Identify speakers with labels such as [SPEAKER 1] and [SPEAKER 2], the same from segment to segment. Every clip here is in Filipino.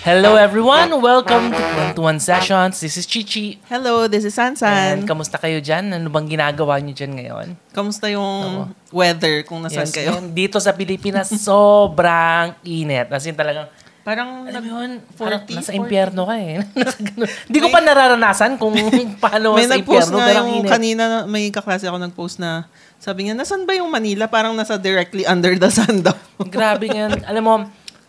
[SPEAKER 1] Hello everyone! Welcome to Kwentuhan Sessions. This is Chichi.
[SPEAKER 2] Hello, this is
[SPEAKER 1] And
[SPEAKER 2] Sansan.
[SPEAKER 1] kamusta kayo dyan? Ano bang ginagawa nyo dyan ngayon?
[SPEAKER 2] Kamusta yung weather kung nasan kayo?
[SPEAKER 1] yun, dito sa Pilipinas, sobrang init. As in talagang,
[SPEAKER 2] Ano Parang
[SPEAKER 1] alam
[SPEAKER 2] nag-
[SPEAKER 1] mo yun,
[SPEAKER 2] 40,
[SPEAKER 1] parang nasa
[SPEAKER 2] 40.
[SPEAKER 1] impyerno ka eh. Nasa ganun. Hindi ko pa nararanasan kung paano
[SPEAKER 2] May
[SPEAKER 1] sa
[SPEAKER 2] nag-post
[SPEAKER 1] impyerno,
[SPEAKER 2] nga
[SPEAKER 1] pero ang
[SPEAKER 2] yung
[SPEAKER 1] init.
[SPEAKER 2] kanina, na- may kaklase ako nag-post na sabi niya, nasan ba yung Manila? Parang nasa directly under the sun daw.
[SPEAKER 1] Grabe ngayon. Alam mo,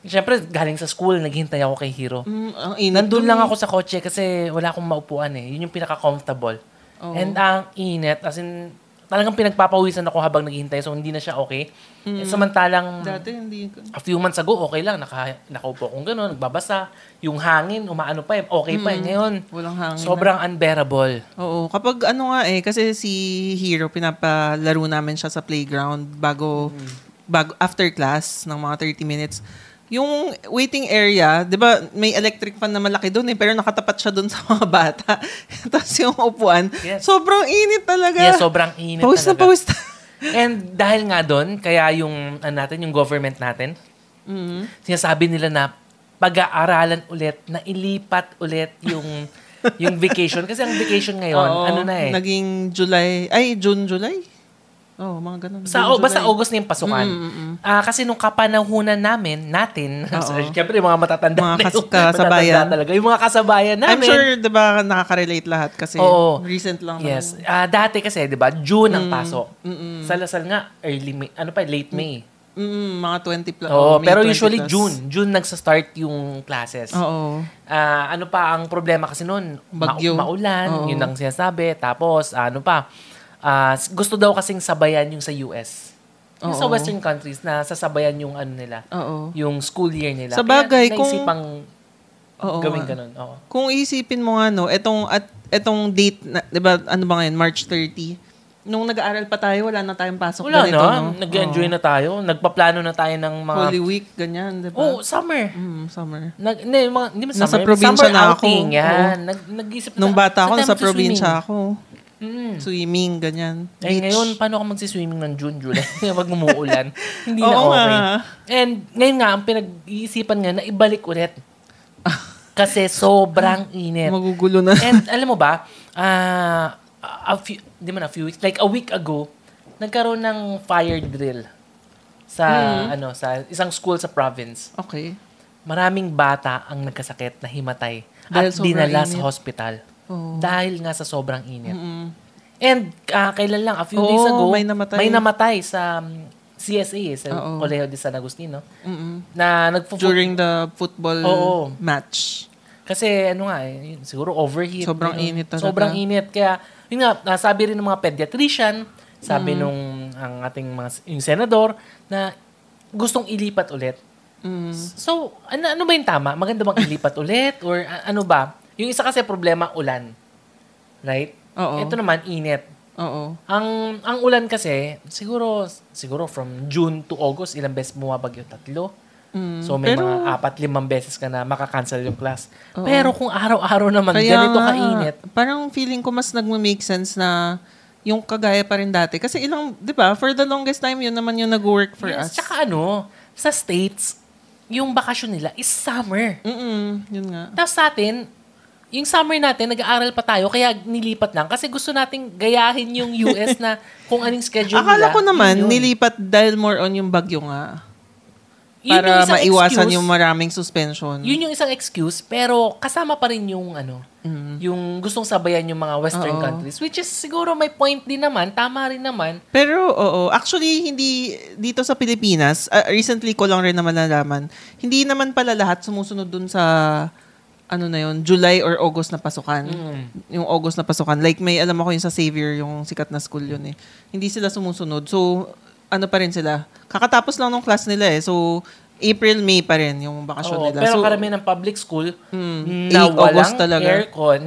[SPEAKER 1] syempre galing sa school, naghintay ako kay Hiro.
[SPEAKER 2] Mm, ang init.
[SPEAKER 1] Nandun
[SPEAKER 2] dun.
[SPEAKER 1] lang ako sa kotse kasi wala akong maupuan eh. Yun yung pinaka-comfortable.
[SPEAKER 2] Oo.
[SPEAKER 1] And ang init, as in, talagang pinagpapawisan ako habang naghihintay. So, hindi na siya okay.
[SPEAKER 2] Hmm.
[SPEAKER 1] Eh, samantalang,
[SPEAKER 2] Dati hindi. ko-
[SPEAKER 1] a few months ago, okay lang. Naka, nakaupo akong gano'n, nagbabasa. Yung hangin, umaano pa eh. Okay pa eh. Ngayon,
[SPEAKER 2] Hmm. Walang hangin.
[SPEAKER 1] sobrang unbearable.
[SPEAKER 2] Oo, kapag ano nga eh, kasi si Hero, pinapalaro namin siya sa playground bago,
[SPEAKER 1] Mm-hmm.
[SPEAKER 2] bago after class ng mga 30 minutes. Yung waiting area, di ba, may electric fan na malaki doon eh, pero nakatapat siya doon sa mga bata. Tapos yung upuan,
[SPEAKER 1] Yes.
[SPEAKER 2] sobrang init talaga.
[SPEAKER 1] Yeah, sobrang init
[SPEAKER 2] pawis na
[SPEAKER 1] talaga.
[SPEAKER 2] pawis na.
[SPEAKER 1] And dahil nga doon, kaya yung, ano natin, yung government natin,
[SPEAKER 2] Mm-hmm.
[SPEAKER 1] sinasabi nila na pag-aaralan ulit, na ilipat ulit yung yung vacation. Kasi ang vacation ngayon,
[SPEAKER 2] Oo,
[SPEAKER 1] ano na eh.
[SPEAKER 2] Naging July, ay, June, July? Oo, mga ganun.
[SPEAKER 1] sa o,
[SPEAKER 2] June,
[SPEAKER 1] basta
[SPEAKER 2] July.
[SPEAKER 1] August na yung pasukan.
[SPEAKER 2] Mm,
[SPEAKER 1] Ah, kasi nung kapanahunan namin, natin, so, syempre yung mga matatanda
[SPEAKER 2] Mga
[SPEAKER 1] na
[SPEAKER 2] kas-
[SPEAKER 1] yung-
[SPEAKER 2] kasabayan.
[SPEAKER 1] matatanda talaga. Yung mga kasabayan namin.
[SPEAKER 2] I'm sure, di ba, nakaka-relate lahat kasi
[SPEAKER 1] Oo.
[SPEAKER 2] recent lang. naman.
[SPEAKER 1] Yes. Ah, dati kasi, di ba, June
[SPEAKER 2] Mm,
[SPEAKER 1] ang pasok. Sa Lasal nga, early May, ano pa, late May.
[SPEAKER 2] Mm, mga 20 plus.
[SPEAKER 1] Oo,
[SPEAKER 2] May
[SPEAKER 1] pero
[SPEAKER 2] 20
[SPEAKER 1] usually
[SPEAKER 2] plus.
[SPEAKER 1] June. June nagsa-start yung classes.
[SPEAKER 2] Oo.
[SPEAKER 1] Ah, ano pa ang problema kasi noon? Ma-
[SPEAKER 2] Bagyo.
[SPEAKER 1] maulan,
[SPEAKER 2] Oo.
[SPEAKER 1] yun ang sinasabi. Tapos, ano pa, ah, s- gusto daw kasing sabayan yung sa US. Yung sa
[SPEAKER 2] Oo.
[SPEAKER 1] Western countries na sasabayan yung ano nila,
[SPEAKER 2] Oo.
[SPEAKER 1] yung school year nila.
[SPEAKER 2] Sa bagay, kung-
[SPEAKER 1] naisipang
[SPEAKER 2] Oo.
[SPEAKER 1] gawin
[SPEAKER 2] nga.
[SPEAKER 1] ganun. Oo.
[SPEAKER 2] Kung iisipin mo nga, no, etong, at, etong date, na, di ba, ano ba ngayon, March 30, nung nag-aaral pa tayo, wala na tayong pasok
[SPEAKER 1] Wala
[SPEAKER 2] ganito,
[SPEAKER 1] na,
[SPEAKER 2] no?
[SPEAKER 1] nag-enjoy na tayo. Nagpaplano na tayo ng
[SPEAKER 2] Oo.
[SPEAKER 1] mga...
[SPEAKER 2] Holy Week, ganyan, di ba?
[SPEAKER 1] oh, summer.
[SPEAKER 2] Mm, summer.
[SPEAKER 1] Nag, hindi, mga, hindi man
[SPEAKER 2] Nasa
[SPEAKER 1] summer.
[SPEAKER 2] probinsya
[SPEAKER 1] summer
[SPEAKER 2] na ako.
[SPEAKER 1] outing, yan. Nag, nag-isip
[SPEAKER 2] Nung bata ako,
[SPEAKER 1] Saan tayo
[SPEAKER 2] nasa probinsya
[SPEAKER 1] magsiswimming?
[SPEAKER 2] ako.
[SPEAKER 1] Mm.
[SPEAKER 2] Swimming, ganyan.
[SPEAKER 1] Eh,
[SPEAKER 2] Beach.
[SPEAKER 1] ngayon, paano ako magsiswimming ng June, July? Pag umuulan. Hindi na
[SPEAKER 2] Oo nga.
[SPEAKER 1] okay. And ngayon nga, ang pinag-iisipan nga na ibalik ulit. Kasi sobrang init.
[SPEAKER 2] Magugulo na.
[SPEAKER 1] And alam mo ba, ah, a few, di man a few weeks, like a week ago, nagkaroon ng fire drill sa
[SPEAKER 2] Mm.
[SPEAKER 1] ano sa isang school sa province.
[SPEAKER 2] Okay.
[SPEAKER 1] Maraming bata ang nagkasakit na himatay
[SPEAKER 2] Dahil
[SPEAKER 1] at
[SPEAKER 2] sobrang
[SPEAKER 1] dinala sa
[SPEAKER 2] init.
[SPEAKER 1] hospital
[SPEAKER 2] Oo.
[SPEAKER 1] dahil nga sa sobrang init.
[SPEAKER 2] Mm.
[SPEAKER 1] And ah, kailan lang, a few
[SPEAKER 2] Oo,
[SPEAKER 1] days ago,
[SPEAKER 2] may namatay.
[SPEAKER 1] namatay sa um, CSA, sa
[SPEAKER 2] Oo.
[SPEAKER 1] Colegio de San Agustino,
[SPEAKER 2] Mm-mm.
[SPEAKER 1] na nagpo
[SPEAKER 2] During the football
[SPEAKER 1] Oo.
[SPEAKER 2] match.
[SPEAKER 1] Kasi ano nga, eh, yun, siguro overheat.
[SPEAKER 2] Sobrang
[SPEAKER 1] ganun.
[SPEAKER 2] init talaga.
[SPEAKER 1] Sobrang init. Kaya, yun nga, ah, sabi rin ng mga pediatrician, sabi
[SPEAKER 2] Mm.
[SPEAKER 1] nung ang ating mga, yung senador, na gustong ilipat ulit.
[SPEAKER 2] Mm.
[SPEAKER 1] So, ano, ano ba yung tama? Maganda bang ilipat ulit? Or a- ano ba? Yung isa kasi problema, ulan. Right?
[SPEAKER 2] Oo.
[SPEAKER 1] Ito naman, init.
[SPEAKER 2] Oo.
[SPEAKER 1] Ang ang ulan kasi siguro siguro from June to August ilang beses bumabagyo tatlo.
[SPEAKER 2] Mm.
[SPEAKER 1] So may
[SPEAKER 2] Pero-
[SPEAKER 1] mga apat limang beses ka na makakancel yung class.
[SPEAKER 2] Oo.
[SPEAKER 1] Pero kung araw-araw naman ganito
[SPEAKER 2] nga,
[SPEAKER 1] kainit.
[SPEAKER 2] Parang feeling ko mas nagme-make sense na yung kagaya pa rin dati. Kasi ilang, di ba, for the longest time, yun naman yung nag-work for
[SPEAKER 1] Yes,
[SPEAKER 2] us.
[SPEAKER 1] Tsaka ano, sa states yung bakasyon nila is summer.
[SPEAKER 2] Mm-mm, yun nga.
[SPEAKER 1] Tapos sa atin, yung summer natin, nag-aaral pa tayo, kaya nilipat lang. Kasi gusto nating gayahin yung US na kung anong schedule
[SPEAKER 2] Akala
[SPEAKER 1] nila.
[SPEAKER 2] ko naman,
[SPEAKER 1] yun yun.
[SPEAKER 2] nilipat dahil more on yung bagyo nga.
[SPEAKER 1] Yun yung
[SPEAKER 2] Para
[SPEAKER 1] isang
[SPEAKER 2] maiwasan
[SPEAKER 1] excuse.
[SPEAKER 2] yung maraming suspension.
[SPEAKER 1] Yun yung isang excuse, pero kasama pa rin yung ano, yung gustong sabayan yung mga western
[SPEAKER 2] Mm-hmm. Oo.
[SPEAKER 1] countries, which is siguro may point din naman, tama rin naman.
[SPEAKER 2] Pero oo, actually hindi dito sa Pilipinas, ah, recently ko lang rin naman nalaman, hindi naman pala lahat sumusunod dun sa ano na yun, July or August na pasukan.
[SPEAKER 1] Mm.
[SPEAKER 2] Yung August na pasukan. Like may alam ako yung sa Xavier, yung sikat na school yun eh. Hindi sila sumusunod. So ano pa rin sila? Kakatapos lang ng class nila eh. So April, May pa rin yung bakasyon
[SPEAKER 1] Oo,
[SPEAKER 2] nila.
[SPEAKER 1] pero
[SPEAKER 2] so,
[SPEAKER 1] karamihan ng public school
[SPEAKER 2] Mm,
[SPEAKER 1] na
[SPEAKER 2] eh, August
[SPEAKER 1] walang
[SPEAKER 2] talaga.
[SPEAKER 1] aircon.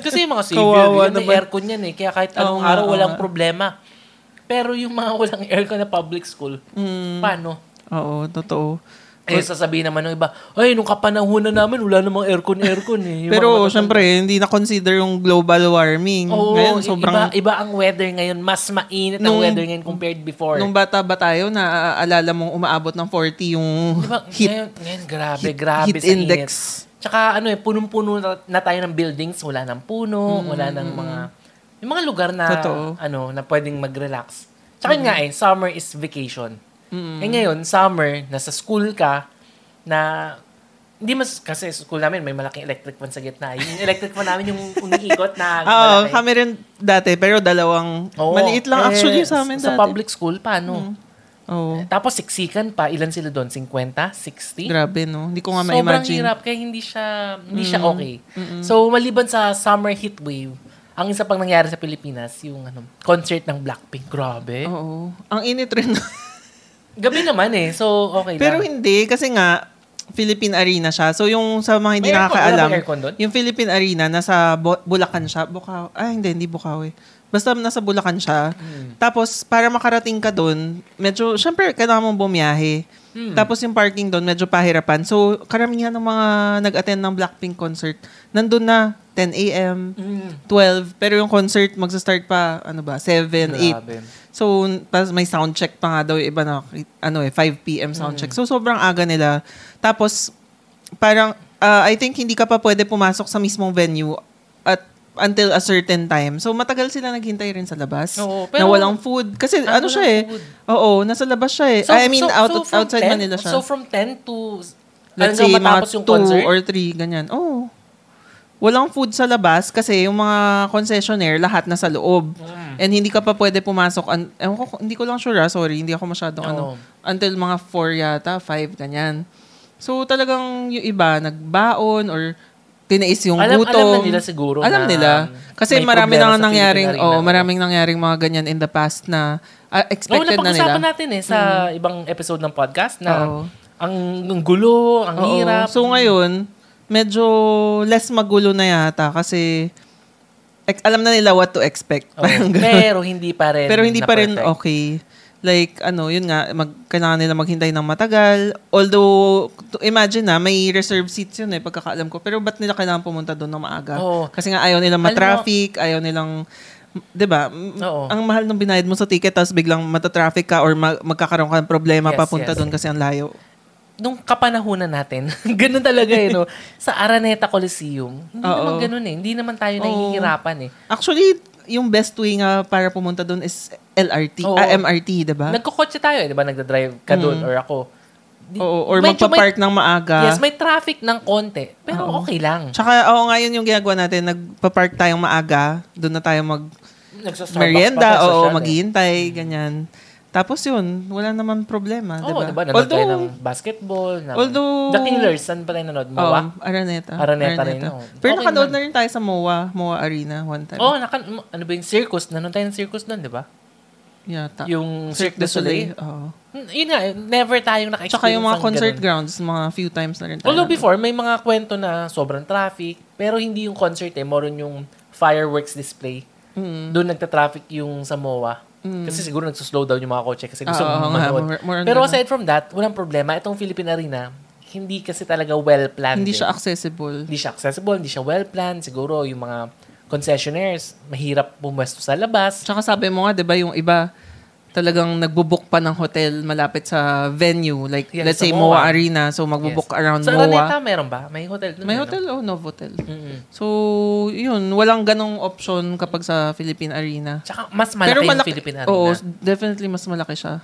[SPEAKER 1] Kasi yung mga civil,
[SPEAKER 2] Kawawa
[SPEAKER 1] yun, may
[SPEAKER 2] naman.
[SPEAKER 1] aircon yan eh. Kaya kahit anong
[SPEAKER 2] Oo nga,
[SPEAKER 1] araw,
[SPEAKER 2] oo
[SPEAKER 1] walang
[SPEAKER 2] nga.
[SPEAKER 1] problema.
[SPEAKER 2] Mm.
[SPEAKER 1] Pero yung mga walang aircon na public school, paano?
[SPEAKER 2] Oo, totoo.
[SPEAKER 1] Eh, sasabihin naman ng iba, ay, nung kapanahon na namin, wala namang aircon-aircon eh. Yung mga
[SPEAKER 2] Pero
[SPEAKER 1] matatanda-
[SPEAKER 2] syempre, hindi na consider yung global warming.
[SPEAKER 1] Oo,
[SPEAKER 2] Mm. Ngayon
[SPEAKER 1] i-
[SPEAKER 2] sobrang
[SPEAKER 1] iba, iba ang weather ngayon. Mas mainit ang
[SPEAKER 2] Nung-
[SPEAKER 1] weather ngayon compared before.
[SPEAKER 2] nung bata ba tayo naaalala mong umaabot ng 40 yung
[SPEAKER 1] diba,
[SPEAKER 2] heat
[SPEAKER 1] ngayon, ngayon, grabe,
[SPEAKER 2] heat-
[SPEAKER 1] grabe
[SPEAKER 2] heat
[SPEAKER 1] sa
[SPEAKER 2] index.
[SPEAKER 1] init. Tsaka ano eh, punong-puno na, na tayo ng buildings. Wala ng puno, wala ng mga, yung mga lugar na,
[SPEAKER 2] Totoo.
[SPEAKER 1] ano, na pwedeng mag-relax. Tsaka yun nga eh, summer is vacation. Eh ngayon, summer, nasa school ka, na, hindi mas, kasi sa school namin, may malaking electric fan sa gitna. Yung electric fan namin yung umiikot na
[SPEAKER 2] Oo,
[SPEAKER 1] malaki.
[SPEAKER 2] kami rin dati pero dalawang
[SPEAKER 1] Oo.
[SPEAKER 2] maliit lang
[SPEAKER 1] Eh,
[SPEAKER 2] actually sa amin
[SPEAKER 1] Sa
[SPEAKER 2] dati.
[SPEAKER 1] public school, ano? paano?
[SPEAKER 2] Oo.
[SPEAKER 1] Tapos siksikan pa. Ilan sila doon? 50? 60?
[SPEAKER 2] Grabe no. Hindi ko nga
[SPEAKER 1] Sobrang
[SPEAKER 2] ma-imagine.
[SPEAKER 1] hirap kaya hindi siya hindi siya okay. So maliban sa summer heat wave, ang isa pang nangyari sa Pilipinas, yung ano, concert ng Blackpink. Grabe.
[SPEAKER 2] Oo. Ang init rin.
[SPEAKER 1] Gabi naman eh. So okay
[SPEAKER 2] pero
[SPEAKER 1] lang.
[SPEAKER 2] hindi kasi nga Philippine Arena siya. So yung sa mga hindi
[SPEAKER 1] May aircon-
[SPEAKER 2] nakakaalam,
[SPEAKER 1] wala bang aircon doon?
[SPEAKER 2] yung Philippine Arena nasa Bu- Bulacan siya. Bukaw. Ay hindi, hindi Bukaw eh. Basta nasa Bulacan siya.
[SPEAKER 1] Hmm.
[SPEAKER 2] Tapos para makarating ka doon, medyo syempre kailangan mong bumiyahe.
[SPEAKER 1] Hmm.
[SPEAKER 2] Tapos yung parking doon medyo pahirapan. So karamihan ng mga nag-attend ng Blackpink concert, nandun na 10 a.m.
[SPEAKER 1] Mm.
[SPEAKER 2] 12. Pero yung concert, magsa-start pa, ano ba, 7,
[SPEAKER 1] Grabe.
[SPEAKER 2] 8. So, tapos may sound check pa nga daw yung iba na, ano eh, 5 p.m. sound
[SPEAKER 1] Mm.
[SPEAKER 2] check. So, sobrang aga nila. Tapos, parang, ah, I think hindi ka pa pwede pumasok sa mismong venue at until a certain time. So, matagal sila naghintay rin sa labas.
[SPEAKER 1] Oo,
[SPEAKER 2] na
[SPEAKER 1] pero-
[SPEAKER 2] walang food. Kasi,
[SPEAKER 1] Ah, walang
[SPEAKER 2] ano siya eh.
[SPEAKER 1] food.
[SPEAKER 2] Oo, nasa labas siya eh.
[SPEAKER 1] So-
[SPEAKER 2] I mean,
[SPEAKER 1] so-
[SPEAKER 2] out,
[SPEAKER 1] so from
[SPEAKER 2] outside
[SPEAKER 1] 10
[SPEAKER 2] Manila siya.
[SPEAKER 1] So from 10 to hanggang
[SPEAKER 2] Let's say,
[SPEAKER 1] matapos
[SPEAKER 2] mga
[SPEAKER 1] yung
[SPEAKER 2] two
[SPEAKER 1] concert.
[SPEAKER 2] or three, ganyan. Oo. Walang food sa labas kasi yung mga concessionaire, lahat nasa loob.
[SPEAKER 1] Mm.
[SPEAKER 2] And hindi ka pa pwede pumasok. un- ewan ko, hindi ko lang sure, ah, sorry. Hindi ako masyadong ano.
[SPEAKER 1] Oo.
[SPEAKER 2] Until mga four yata, five, ganyan. So talagang yung iba, nagbaon or tinais yung
[SPEAKER 1] Alam- alam
[SPEAKER 2] gutom.
[SPEAKER 1] na nila siguro
[SPEAKER 2] Alam
[SPEAKER 1] na
[SPEAKER 2] nila.
[SPEAKER 1] may
[SPEAKER 2] Kasi marami
[SPEAKER 1] problema
[SPEAKER 2] na nga
[SPEAKER 1] sa
[SPEAKER 2] nangyaring,
[SPEAKER 1] Philippine Arena.
[SPEAKER 2] oh, maraming nangyaring mga ganyan in the past na ah,
[SPEAKER 1] Oo,
[SPEAKER 2] expected na nila. Mm-hmm.
[SPEAKER 1] napag-usapan natin eh sa ibang episode ng podcast na
[SPEAKER 2] Oo.
[SPEAKER 1] ang, ang gulo, ang
[SPEAKER 2] Oo.
[SPEAKER 1] hirap.
[SPEAKER 2] So ngayon, medyo less magulo na yata kasi ek- alam na nila what to expect.
[SPEAKER 1] Oo.
[SPEAKER 2] Parang ganun.
[SPEAKER 1] pero hindi pa rin.
[SPEAKER 2] Pero hindi
[SPEAKER 1] na
[SPEAKER 2] pa rin
[SPEAKER 1] perfect.
[SPEAKER 2] okay. Like, ano, yun nga, mag, kailangan nila maghintay ng matagal. Although, to- imagine na, may reserve seats yun eh, pagkakaalam ko. Pero ba't nila kailangan pumunta doon ng maaga?
[SPEAKER 1] Oo.
[SPEAKER 2] Kasi nga, ayaw nilang ma-traffic, ayaw nilang, di ba? M-
[SPEAKER 1] Oo.
[SPEAKER 2] Ang mahal ng binayad mo sa ticket, tapos biglang matatraffic ka or ma- magkakaroon ka ng problema
[SPEAKER 1] Yes,
[SPEAKER 2] papunta
[SPEAKER 1] yes.
[SPEAKER 2] doon kasi ang layo.
[SPEAKER 1] Nung kapanahunan natin, ganun talaga eh, no? Sa Araneta Coliseum, hindi
[SPEAKER 2] Oo.
[SPEAKER 1] naman ganun eh. Hindi naman tayo nahihirapan eh.
[SPEAKER 2] Actually, yung best way nga para pumunta doon is LRT,
[SPEAKER 1] Oo.
[SPEAKER 2] ah, MRT, di ba?
[SPEAKER 1] Nagkukotse tayo eh, di ba? Nagdadrive ka doon or ako. Di-
[SPEAKER 2] Mm. Oo, or
[SPEAKER 1] medyo
[SPEAKER 2] magpa-park ng
[SPEAKER 1] May,
[SPEAKER 2] maaga.
[SPEAKER 1] yes, may traffic ng konti. Pero okay lang.
[SPEAKER 2] Tsaka, oo nga yun yung ginagawa natin, nagpa-park tayong maaga, doon na tayo mag
[SPEAKER 1] Nagsa-Starbucks pa
[SPEAKER 2] merienda,
[SPEAKER 1] tayo sa
[SPEAKER 2] oo,
[SPEAKER 1] Sian, eh.
[SPEAKER 2] maghihintay, ganyan. Tapos yun, wala naman problema,
[SPEAKER 1] Oo,
[SPEAKER 2] di ba?
[SPEAKER 1] di ba? Nanood tayo ng
[SPEAKER 2] Although,
[SPEAKER 1] basketball. Ng,
[SPEAKER 2] Although-
[SPEAKER 1] The Killers, saan pa tayo nanood?
[SPEAKER 2] oo,
[SPEAKER 1] Mawa?
[SPEAKER 2] um, Araneta.
[SPEAKER 1] Araneta rin, oo.
[SPEAKER 2] Pero
[SPEAKER 1] Okay
[SPEAKER 2] nakanood
[SPEAKER 1] naman.
[SPEAKER 2] na rin tayo sa MOA, MOA Arena one time.
[SPEAKER 1] Oo, oh, naka, ano ba yung circus? Nanood tayo ng circus doon, di ba?
[SPEAKER 2] Yata.
[SPEAKER 1] Yung Cirque du Soleil.
[SPEAKER 2] Oo.
[SPEAKER 1] Hmm, Yun nga, eh, never tayong naka-experience
[SPEAKER 2] Tsaka yung mga
[SPEAKER 1] ng
[SPEAKER 2] concert
[SPEAKER 1] ganun.
[SPEAKER 2] grounds, mga few times na rin tayo.
[SPEAKER 1] Although
[SPEAKER 2] nanood.
[SPEAKER 1] before, may mga kwento na sobrang traffic, pero hindi yung concert eh, more on yung fireworks display.
[SPEAKER 2] Mm-hmm.
[SPEAKER 1] Doon nagta-traffic yung sa MOA. Kasi siguro nagsuslow down yung mga kotse kasi gusto
[SPEAKER 2] Oo, Mm-hmm. Ah, oo
[SPEAKER 1] mong
[SPEAKER 2] nga,
[SPEAKER 1] manood.
[SPEAKER 2] more- more on
[SPEAKER 1] Pero
[SPEAKER 2] ganun.
[SPEAKER 1] aside from that, walang problema. Itong Philippine Arena, hindi kasi talaga well-planned.
[SPEAKER 2] Hindi
[SPEAKER 1] eh.
[SPEAKER 2] siya accessible.
[SPEAKER 1] hindi siya accessible, hindi siya well-planned. Siguro yung mga concessionaires, mahirap bumwesto sa labas.
[SPEAKER 2] Tsaka sabi mo nga, di ba, yung iba talagang nagbubook pa ng hotel malapit sa venue. Like,
[SPEAKER 1] Yan,
[SPEAKER 2] let's
[SPEAKER 1] sa
[SPEAKER 2] say,
[SPEAKER 1] MOA.
[SPEAKER 2] MOA Arena. So, magbubook
[SPEAKER 1] Yes.
[SPEAKER 2] around
[SPEAKER 1] Sa Araneta,
[SPEAKER 2] MOA.
[SPEAKER 1] meron ba? May hotel? doon,
[SPEAKER 2] May
[SPEAKER 1] ano?
[SPEAKER 2] hotel o Novotel.
[SPEAKER 1] Mm-mm.
[SPEAKER 2] So, yun. Walang ganong option kapag sa Philippine Arena.
[SPEAKER 1] Tsaka mas malaki yung Philippine Arena.
[SPEAKER 2] Oo, definitely mas malaki siya.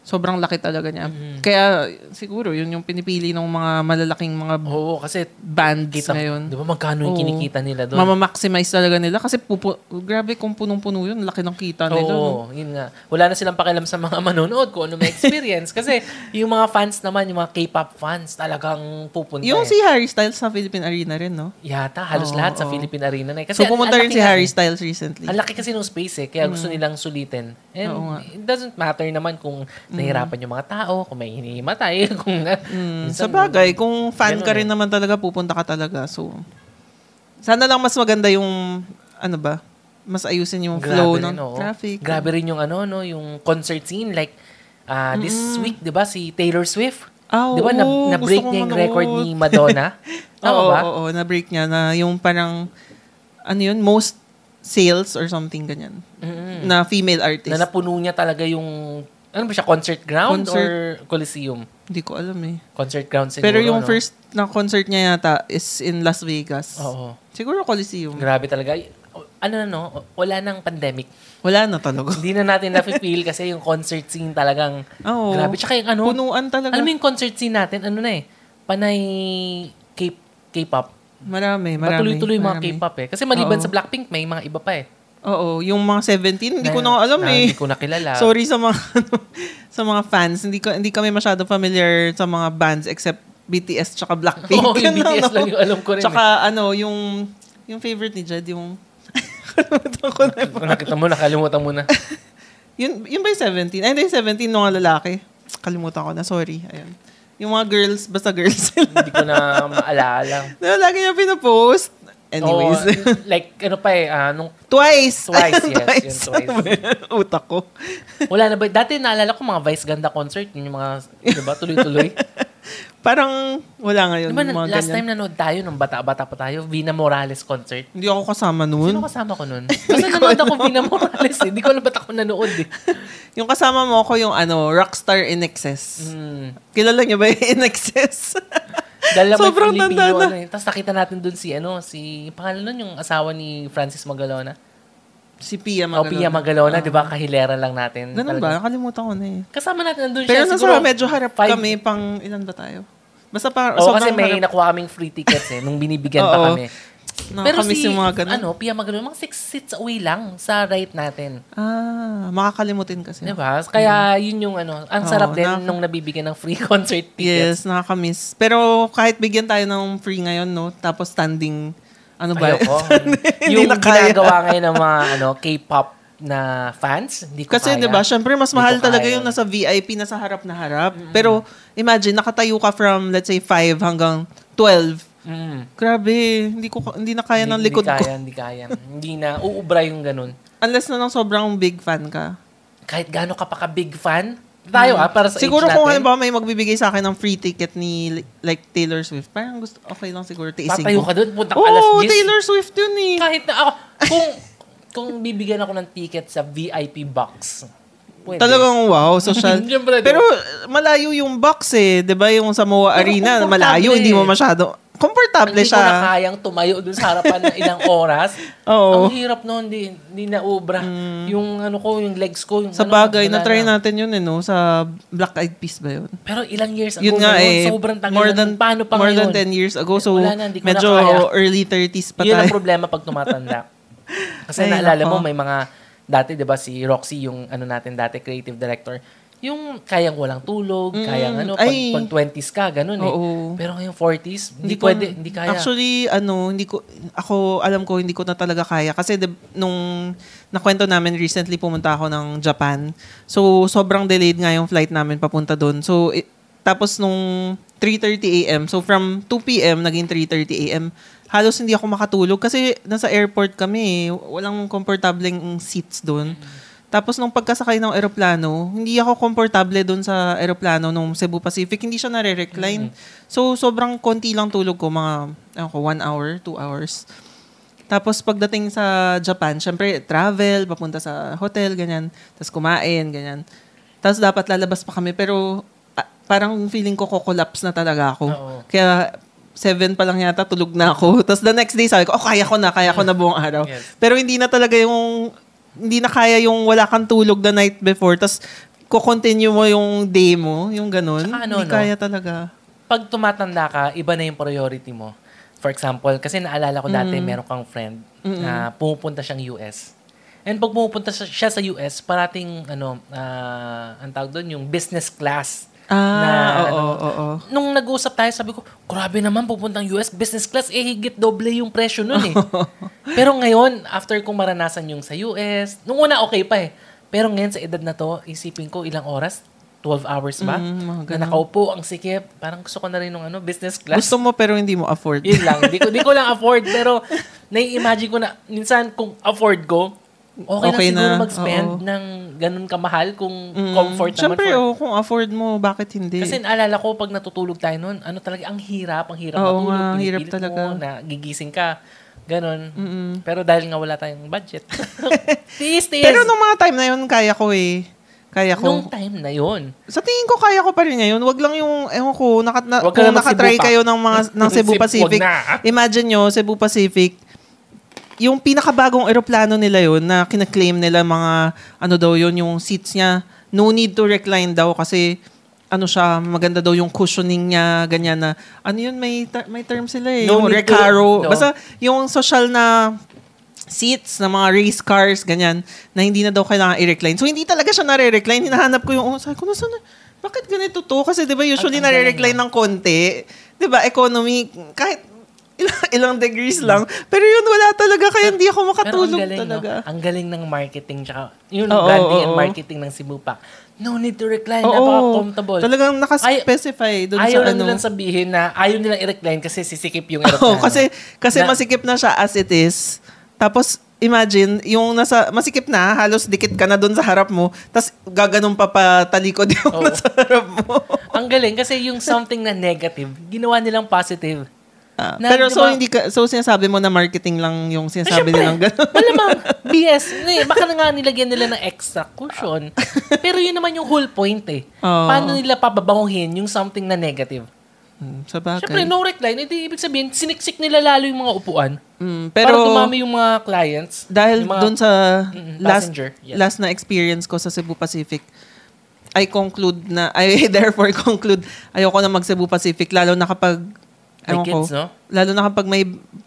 [SPEAKER 2] Sobrang laki talaga niya.
[SPEAKER 1] Mm-hmm.
[SPEAKER 2] Kaya, siguro, yun yung pinipili ng mga malalaking mga
[SPEAKER 1] Oo, kasi
[SPEAKER 2] bands
[SPEAKER 1] kita,
[SPEAKER 2] ngayon.
[SPEAKER 1] di ba magkano yung
[SPEAKER 2] Oo.
[SPEAKER 1] kinikita nila doon?
[SPEAKER 2] Mamamaximize talaga nila kasi pupu- grabe kung punong-puno yun, laki ng kita ano nila. no?
[SPEAKER 1] Oo, yun nga. Wala na silang pakialam sa mga manonood kung ano may experience. kasi yung mga fans naman, yung mga K-pop fans, talagang pupunta. eh.
[SPEAKER 2] Yung si Harry Styles sa Philippine Arena rin, no?
[SPEAKER 1] Yata, halos
[SPEAKER 2] Oo,
[SPEAKER 1] lahat sa
[SPEAKER 2] oo.
[SPEAKER 1] Philippine Arena na. eh. Kasi
[SPEAKER 2] so, pumunta
[SPEAKER 1] ang- ang laki
[SPEAKER 2] rin si
[SPEAKER 1] nga
[SPEAKER 2] Harry
[SPEAKER 1] eh.
[SPEAKER 2] Styles recently.
[SPEAKER 1] Ang laki kasi ng space eh, kaya gusto nilang sulitin. And
[SPEAKER 2] Oo nga.
[SPEAKER 1] it doesn't matter naman kung nahirapan yung mga tao, kung may hinihimatay, kung...
[SPEAKER 2] Mm,
[SPEAKER 1] minsan-
[SPEAKER 2] sa bagay, kung
[SPEAKER 1] eh.
[SPEAKER 2] fan
[SPEAKER 1] Ganun
[SPEAKER 2] ka rin naman talaga, pupunta ka talaga. So, sana lang mas maganda yung, ano ba, mas ayusin yung flow ng
[SPEAKER 1] oo.
[SPEAKER 2] traffic.
[SPEAKER 1] Grabe rin yung ano, no, yung concert scene. Like, ah, this week, di ba, si Taylor Swift,
[SPEAKER 2] Ah,
[SPEAKER 1] Di ba, na,
[SPEAKER 2] oo,
[SPEAKER 1] na-break
[SPEAKER 2] gusto
[SPEAKER 1] niya yung
[SPEAKER 2] kong
[SPEAKER 1] record
[SPEAKER 2] manood.
[SPEAKER 1] ni Madonna? Tama
[SPEAKER 2] oo,
[SPEAKER 1] ba?
[SPEAKER 2] oo, na-break niya na yung parang, ano yun, most sales or something ganyan. Na female artist.
[SPEAKER 1] Na napuno niya talaga yung, ano ba siya, concert ground
[SPEAKER 2] Concert.
[SPEAKER 1] or coliseum?
[SPEAKER 2] Hindi ko alam eh.
[SPEAKER 1] Concert ground siguro, ano.
[SPEAKER 2] Pero yung
[SPEAKER 1] no?
[SPEAKER 2] first na concert niya yata is in Las Vegas.
[SPEAKER 1] Oo.
[SPEAKER 2] Siguro Coliseum.
[SPEAKER 1] Grabe talaga. Ano na, no? Wala nang pandemic.
[SPEAKER 2] Wala na talaga.
[SPEAKER 1] Hindi na natin nafe-feel kasi yung concert scene talagang
[SPEAKER 2] Oo.
[SPEAKER 1] grabe. Tsaka yung ano,
[SPEAKER 2] Punuan talaga.
[SPEAKER 1] alam mo yung concert scene natin, ano na eh, panay K- K-pop.
[SPEAKER 2] marami, marami.
[SPEAKER 1] Matuloy-tuloy yung mga
[SPEAKER 2] marami.
[SPEAKER 1] K-pop eh. Kasi maliban
[SPEAKER 2] Oo.
[SPEAKER 1] sa Blackpink, may mga iba pa eh.
[SPEAKER 2] Oo, yung mga 17, hindi ko na alam
[SPEAKER 1] na
[SPEAKER 2] eh.
[SPEAKER 1] Hindi ko nakilala.
[SPEAKER 2] Sorry sa mga ano, sa mga fans, hindi ko hindi kami masyado familiar sa mga bands except BTS tsaka Blackpink.
[SPEAKER 1] Oo, yung
[SPEAKER 2] Yun lang,
[SPEAKER 1] BTS
[SPEAKER 2] no?
[SPEAKER 1] lang yung alam ko rin. eh.
[SPEAKER 2] Tsaka ano, yung yung favorite ni Jed, yung Nakalimutan ko na.
[SPEAKER 1] eh. Nakita mo, nakalimutan mo na.
[SPEAKER 2] Yun, yun ba yung 17? Ay, hindi, yung 17 nung mga lalaki. Kalimutan ko na, sorry. Ayun. Yung mga girls, basta girls sila.
[SPEAKER 1] Hindi ko na maalala.
[SPEAKER 2] Diba, lagi niya pinopost. Anyways.
[SPEAKER 1] Mm. Oo, like, ano pa eh, ah, nung,
[SPEAKER 2] twice.
[SPEAKER 1] Twice,
[SPEAKER 2] Ayun,
[SPEAKER 1] yes, yun, twice.
[SPEAKER 2] Ano ba yun? Utak ko.
[SPEAKER 1] wala na ba? Dati naalala ko mga Vice Ganda concert, yun yung mga, di ba, tuloy-tuloy.
[SPEAKER 2] Parang wala ngayon.
[SPEAKER 1] Di ba,
[SPEAKER 2] yung mga
[SPEAKER 1] last
[SPEAKER 2] ganyan.
[SPEAKER 1] time nanood tayo, nung bata-bata pa tayo, Vina Morales concert.
[SPEAKER 2] Hindi ako kasama noon.
[SPEAKER 1] Sino kasama ko nun? Basta nanood ako Vina Morales eh. Hindi ko alam ba't ako nanood eh.
[SPEAKER 2] Yung kasama mo ako yung ano, Rockstar in Excess.
[SPEAKER 1] Mm.
[SPEAKER 2] Kilala niyo ba yung in Excess?
[SPEAKER 1] Dahil lang
[SPEAKER 2] Sobrang
[SPEAKER 1] may
[SPEAKER 2] tanda
[SPEAKER 1] Filipino.
[SPEAKER 2] na.
[SPEAKER 1] Ano, eh. Tapos nakita natin dun si, ano, si, pangalan nun yung asawa ni Francis Magalona.
[SPEAKER 2] si
[SPEAKER 1] O,
[SPEAKER 2] Pia Magalona.
[SPEAKER 1] Oh, Pia Magalona, di ba? Kahilera lang natin.
[SPEAKER 2] Ah. Ganun
[SPEAKER 1] Talaga.
[SPEAKER 2] ba? Nakalimutan ko na eh.
[SPEAKER 1] Kasama natin nandun
[SPEAKER 2] Pero
[SPEAKER 1] siya.
[SPEAKER 2] nasa
[SPEAKER 1] siguro
[SPEAKER 2] medyo harap
[SPEAKER 1] five-
[SPEAKER 2] kami pang ilan ba tayo? Basta parang
[SPEAKER 1] Oo,
[SPEAKER 2] sobrang
[SPEAKER 1] kasi may
[SPEAKER 2] harap
[SPEAKER 1] nakuha kaming free tickets eh, nung binibigyan
[SPEAKER 2] Oo.
[SPEAKER 1] pa kami.
[SPEAKER 2] na
[SPEAKER 1] Pero
[SPEAKER 2] kami
[SPEAKER 1] si,
[SPEAKER 2] sa mga ganun.
[SPEAKER 1] ano, Pia Magalona, mga six seats away lang sa right natin.
[SPEAKER 2] Ah, makakalimutin kasi.
[SPEAKER 1] Di ba? Kaya yun yung ano, ang
[SPEAKER 2] Mm-hmm. Oo,
[SPEAKER 1] sarap din
[SPEAKER 2] nakaka-
[SPEAKER 1] nung nabibigyan ng free concert tickets.
[SPEAKER 2] Yes, nakakamiss. Pero kahit bigyan tayo ng free ngayon, no? Tapos standing, ano ba?
[SPEAKER 1] Ayoko. Mm.
[SPEAKER 2] Hindi
[SPEAKER 1] yung
[SPEAKER 2] na kaya.
[SPEAKER 1] ginagawa ngayon ng mga ano, K-pop na fans, hindi ko
[SPEAKER 2] Kasi
[SPEAKER 1] kaya.
[SPEAKER 2] 'di ba, syempre mas
[SPEAKER 1] Hindi
[SPEAKER 2] mahal
[SPEAKER 1] ko
[SPEAKER 2] talaga
[SPEAKER 1] kaya.
[SPEAKER 2] yung nasa VIP nasa harap na harap. Pero imagine nakatayo ka from let's say 5 hanggang 12.
[SPEAKER 1] Mm.
[SPEAKER 2] Grabe, hindi ko hindi na kaya ng
[SPEAKER 1] Hindi-
[SPEAKER 2] likod
[SPEAKER 1] hindi
[SPEAKER 2] ko.
[SPEAKER 1] kaya, Hindi kaya, hindi na uubra yung ganun.
[SPEAKER 2] Unless na nang sobrang big fan ka.
[SPEAKER 1] Kahit gaano ka pa ka big fan, tayo ah, para sa
[SPEAKER 2] Hmm. Siguro
[SPEAKER 1] age
[SPEAKER 2] kung
[SPEAKER 1] natin.
[SPEAKER 2] halimbawa may magbibigay sa akin ng free ticket ni like Taylor Swift, parang gusto okay lang siguro tiisin
[SPEAKER 1] Tatayo
[SPEAKER 2] ko.
[SPEAKER 1] ka doon, punta ka alas
[SPEAKER 2] Oh,
[SPEAKER 1] 10.
[SPEAKER 2] Taylor Swift yun eh.
[SPEAKER 1] Kahit na ako, kung, kung bibigyan ako ng ticket sa VIP box, pwede.
[SPEAKER 2] Talagang wow, social.
[SPEAKER 1] Siyempre, di ba?
[SPEAKER 2] Pero uh, malayo yung box eh, 'di ba? Yung sa Moa
[SPEAKER 1] Pero
[SPEAKER 2] Arena,
[SPEAKER 1] komportable
[SPEAKER 2] malayo, hindi mo
[SPEAKER 1] eh.
[SPEAKER 2] masyado komportable
[SPEAKER 1] Hindi ko na
[SPEAKER 2] siya.
[SPEAKER 1] kayang tumayo dun sa harapan ng ilang oras.
[SPEAKER 2] Oo. Hmm.
[SPEAKER 1] Ang hirap noon, di, di na ubra. Yung ano ko, yung legs ko. Yung
[SPEAKER 2] Sa
[SPEAKER 1] ano,
[SPEAKER 2] bagay,
[SPEAKER 1] wala
[SPEAKER 2] na-try natin yun eh, no? Sa Black Eyed Peas ba yun?
[SPEAKER 1] Pero ilang years ago
[SPEAKER 2] Yun nga
[SPEAKER 1] na
[SPEAKER 2] eh,
[SPEAKER 1] yun, sobrang tagal
[SPEAKER 2] more
[SPEAKER 1] na
[SPEAKER 2] than,
[SPEAKER 1] nun. Paano pa
[SPEAKER 2] more
[SPEAKER 1] ngayon?
[SPEAKER 2] than 10 years ago. So,
[SPEAKER 1] Wala na, hindi ko na
[SPEAKER 2] medyo
[SPEAKER 1] kaya.
[SPEAKER 2] early 30s pa
[SPEAKER 1] Yun ang
[SPEAKER 2] tayo.
[SPEAKER 1] problema pag tumatanda. Kasi
[SPEAKER 2] Ay,
[SPEAKER 1] naalala
[SPEAKER 2] nako.
[SPEAKER 1] mo, may mga, dati 'di ba si Roxy, yung ano natin dati, creative director, yung kayang walang tulog, kayang ano, pag,
[SPEAKER 2] ay.
[SPEAKER 1] pag 20s ka, ganun eh.
[SPEAKER 2] Oo.
[SPEAKER 1] Pero ngayong 40s, hindi,
[SPEAKER 2] ko-
[SPEAKER 1] pwede, hindi kaya.
[SPEAKER 2] Actually, ano, hindi ko, ako, alam ko, hindi ko na talaga kaya. Kasi the, nung nakwento namin recently, pumunta ako ng Japan. So, sobrang delayed nga yung flight namin papunta doon. So, i- tapos nung 3.30 a.m. So, from 2 p.m. naging 3.30 a.m. Halos hindi ako makatulog kasi nasa airport kami. eh. Walang komportableng seats doon. Tapos nung pagkasakay ng eroplano, hindi ako komportable doon sa eroplano nung Cebu Pacific. Hindi siya nare-recline. So, sobrang konti lang tulog ko. Mga, ano ko, one hour, two hours. Tapos pagdating sa Japan, syempre travel, papunta sa hotel, ganyan. Tapos kumain, ganyan. Tapos dapat lalabas pa kami. Pero ah, parang feeling ko kokolaps na talaga ako.
[SPEAKER 1] Oo.
[SPEAKER 2] Kaya seven pa lang yata tulog na ako. Tapos the next day sabi ko, oh, kaya ko na, kaya ko na buong araw.
[SPEAKER 1] Yes.
[SPEAKER 2] Pero hindi na talaga yung, hindi na kaya yung wala kang tulog the night before. Tapos kukontinue mo yung day mo, yung ganun.
[SPEAKER 1] Tsaka ano, no?
[SPEAKER 2] hindi kaya talaga.
[SPEAKER 1] pag tumatanda ka, iba na yung priority mo. For example, kasi naalala ko dati, meron kang friend na pumupunta siyang US. And pag pumupunta siya- siya sa US, parating, ano, ah, ang tawag doon, yung business class.
[SPEAKER 2] Ah,
[SPEAKER 1] na,
[SPEAKER 2] oo,
[SPEAKER 1] ano,
[SPEAKER 2] oo, oo.
[SPEAKER 1] Nung nag-uusap tayo, sabi ko, grabe naman, pupuntang US business class, eh higit doble yung presyo nun eh. Pero ngayon, after kong maranasan yung sa US, nung una okay pa eh. Pero ngayon sa edad na to, isipin ko ilang oras, 12 hours ba?
[SPEAKER 2] Mm, mga ganun.
[SPEAKER 1] na nakaupo, ang sikip. Parang gusto ko na rin ng ano, business class.
[SPEAKER 2] Gusto mo pero hindi mo afford.
[SPEAKER 1] Yun lang. Di ko, di ko lang afford. Pero nai-imagine ko na, minsan kung afford ko, Okay,
[SPEAKER 2] Okay
[SPEAKER 1] lang siguro
[SPEAKER 2] na,
[SPEAKER 1] mag-spend
[SPEAKER 2] oo.
[SPEAKER 1] ng ganun kamahal kung
[SPEAKER 2] Mm,
[SPEAKER 1] comfort naman.
[SPEAKER 2] Siyempre,
[SPEAKER 1] for-
[SPEAKER 2] oh, kung afford mo, bakit hindi?
[SPEAKER 1] Kasi naalala ko, pag natutulog tayo noon, ano talaga, ang hirap, ang hirap
[SPEAKER 2] Oo nga,
[SPEAKER 1] matulog.
[SPEAKER 2] hirap
[SPEAKER 1] pinipilit
[SPEAKER 2] talaga.
[SPEAKER 1] Mo, nagigising ka. Ganon. Pero dahil nga wala tayong budget. tiis, tiis.
[SPEAKER 2] Pero nung mga time na yun, kaya ko eh. Kaya ko.
[SPEAKER 1] Nung time na yon
[SPEAKER 2] Sa tingin ko, kaya ko pa rin ngayon. Wag lang yung, ewan ko, naka, na,
[SPEAKER 1] Wag ka na
[SPEAKER 2] kung
[SPEAKER 1] mag-Cebu
[SPEAKER 2] nakatry
[SPEAKER 1] pa.
[SPEAKER 2] kayo ng, mga, ng Cebu
[SPEAKER 1] Cebu, wag
[SPEAKER 2] Pacific.
[SPEAKER 1] na.
[SPEAKER 2] Imagine nyo, Cebu Pacific, yung pinakabagong eroplano nila yon na kinaklaim nila mga, ano daw yon yung seats niya, no need to recline daw kasi ano siya, maganda daw yung cushioning niya, ganyan na, ano yun, may, ter- may term sila eh,
[SPEAKER 1] No
[SPEAKER 2] yung
[SPEAKER 1] need to-
[SPEAKER 2] recaro.
[SPEAKER 1] no.
[SPEAKER 2] Basta yung social na seats ng mga race cars, ganyan, na hindi na daw kailangan i-recline. So, hindi talaga siya nare-recline. Hinahanap ko yung, oh, sabi ko, "Nasaan na, bakit ganito to? Kasi, di ba, usually
[SPEAKER 1] Ang- ang
[SPEAKER 2] nare-recline ng konti. Di ba, economy, kahit ilang, ilang degrees lang. Pero yun, wala talaga. Kaya hindi ako makatulog
[SPEAKER 1] galing, No?
[SPEAKER 2] talaga.
[SPEAKER 1] Ang galing ng marketing. Tsaka, yun,
[SPEAKER 2] Oo,
[SPEAKER 1] branding and
[SPEAKER 2] oo, oo.
[SPEAKER 1] marketing ng Cebu Pack. No need to recline. Napaka-comfortable.
[SPEAKER 2] Talagang nakaspecify doon sa
[SPEAKER 1] ayaw lang
[SPEAKER 2] ano.
[SPEAKER 1] nilang sabihin na ayaw nilang i-recline kasi sisikip yung
[SPEAKER 2] Oo,
[SPEAKER 1] aeroplano.
[SPEAKER 2] kasi kasi
[SPEAKER 1] Na-
[SPEAKER 2] masikip na siya as it is. Tapos imagine yung nasa masikip na halos dikit ka na doon sa harap mo, tapos gaganon pa patalikod yung
[SPEAKER 1] Oo.
[SPEAKER 2] nasa harap mo.
[SPEAKER 1] Ang galing kasi yung something na negative, ginawa nilang positive.
[SPEAKER 2] Ah,
[SPEAKER 1] Na,
[SPEAKER 2] pero
[SPEAKER 1] di
[SPEAKER 2] so
[SPEAKER 1] ba-
[SPEAKER 2] hindi ka, so sinasabi mo na marketing lang yung
[SPEAKER 1] Eh,
[SPEAKER 2] sinasabi
[SPEAKER 1] syempre,
[SPEAKER 2] nilang ganun.
[SPEAKER 1] Malamang, BS. Eh, baka na nga nilagyan nila ng extra cushion. Pero yun naman yung whole point eh.
[SPEAKER 2] Oo.
[SPEAKER 1] Paano nila pababanguhin yung something na negative?
[SPEAKER 2] Hmm, sa bagay.
[SPEAKER 1] Siyempre, no recline. Hindi ibig sabihin, siniksik nila lalo yung mga upuan.
[SPEAKER 2] Hmm,
[SPEAKER 1] Pero,
[SPEAKER 2] pero
[SPEAKER 1] para dumami yung mga clients.
[SPEAKER 2] dahil
[SPEAKER 1] yung mga-
[SPEAKER 2] doon sa
[SPEAKER 1] Mm-mm,
[SPEAKER 2] last
[SPEAKER 1] passenger, yes.
[SPEAKER 2] last na experience ko sa Cebu Pacific, I conclude na, I therefore conclude, ayoko na mag Cebu Pacific, lalo na kapag,
[SPEAKER 1] May
[SPEAKER 2] ewan
[SPEAKER 1] kids, no?
[SPEAKER 2] lalo na kapag may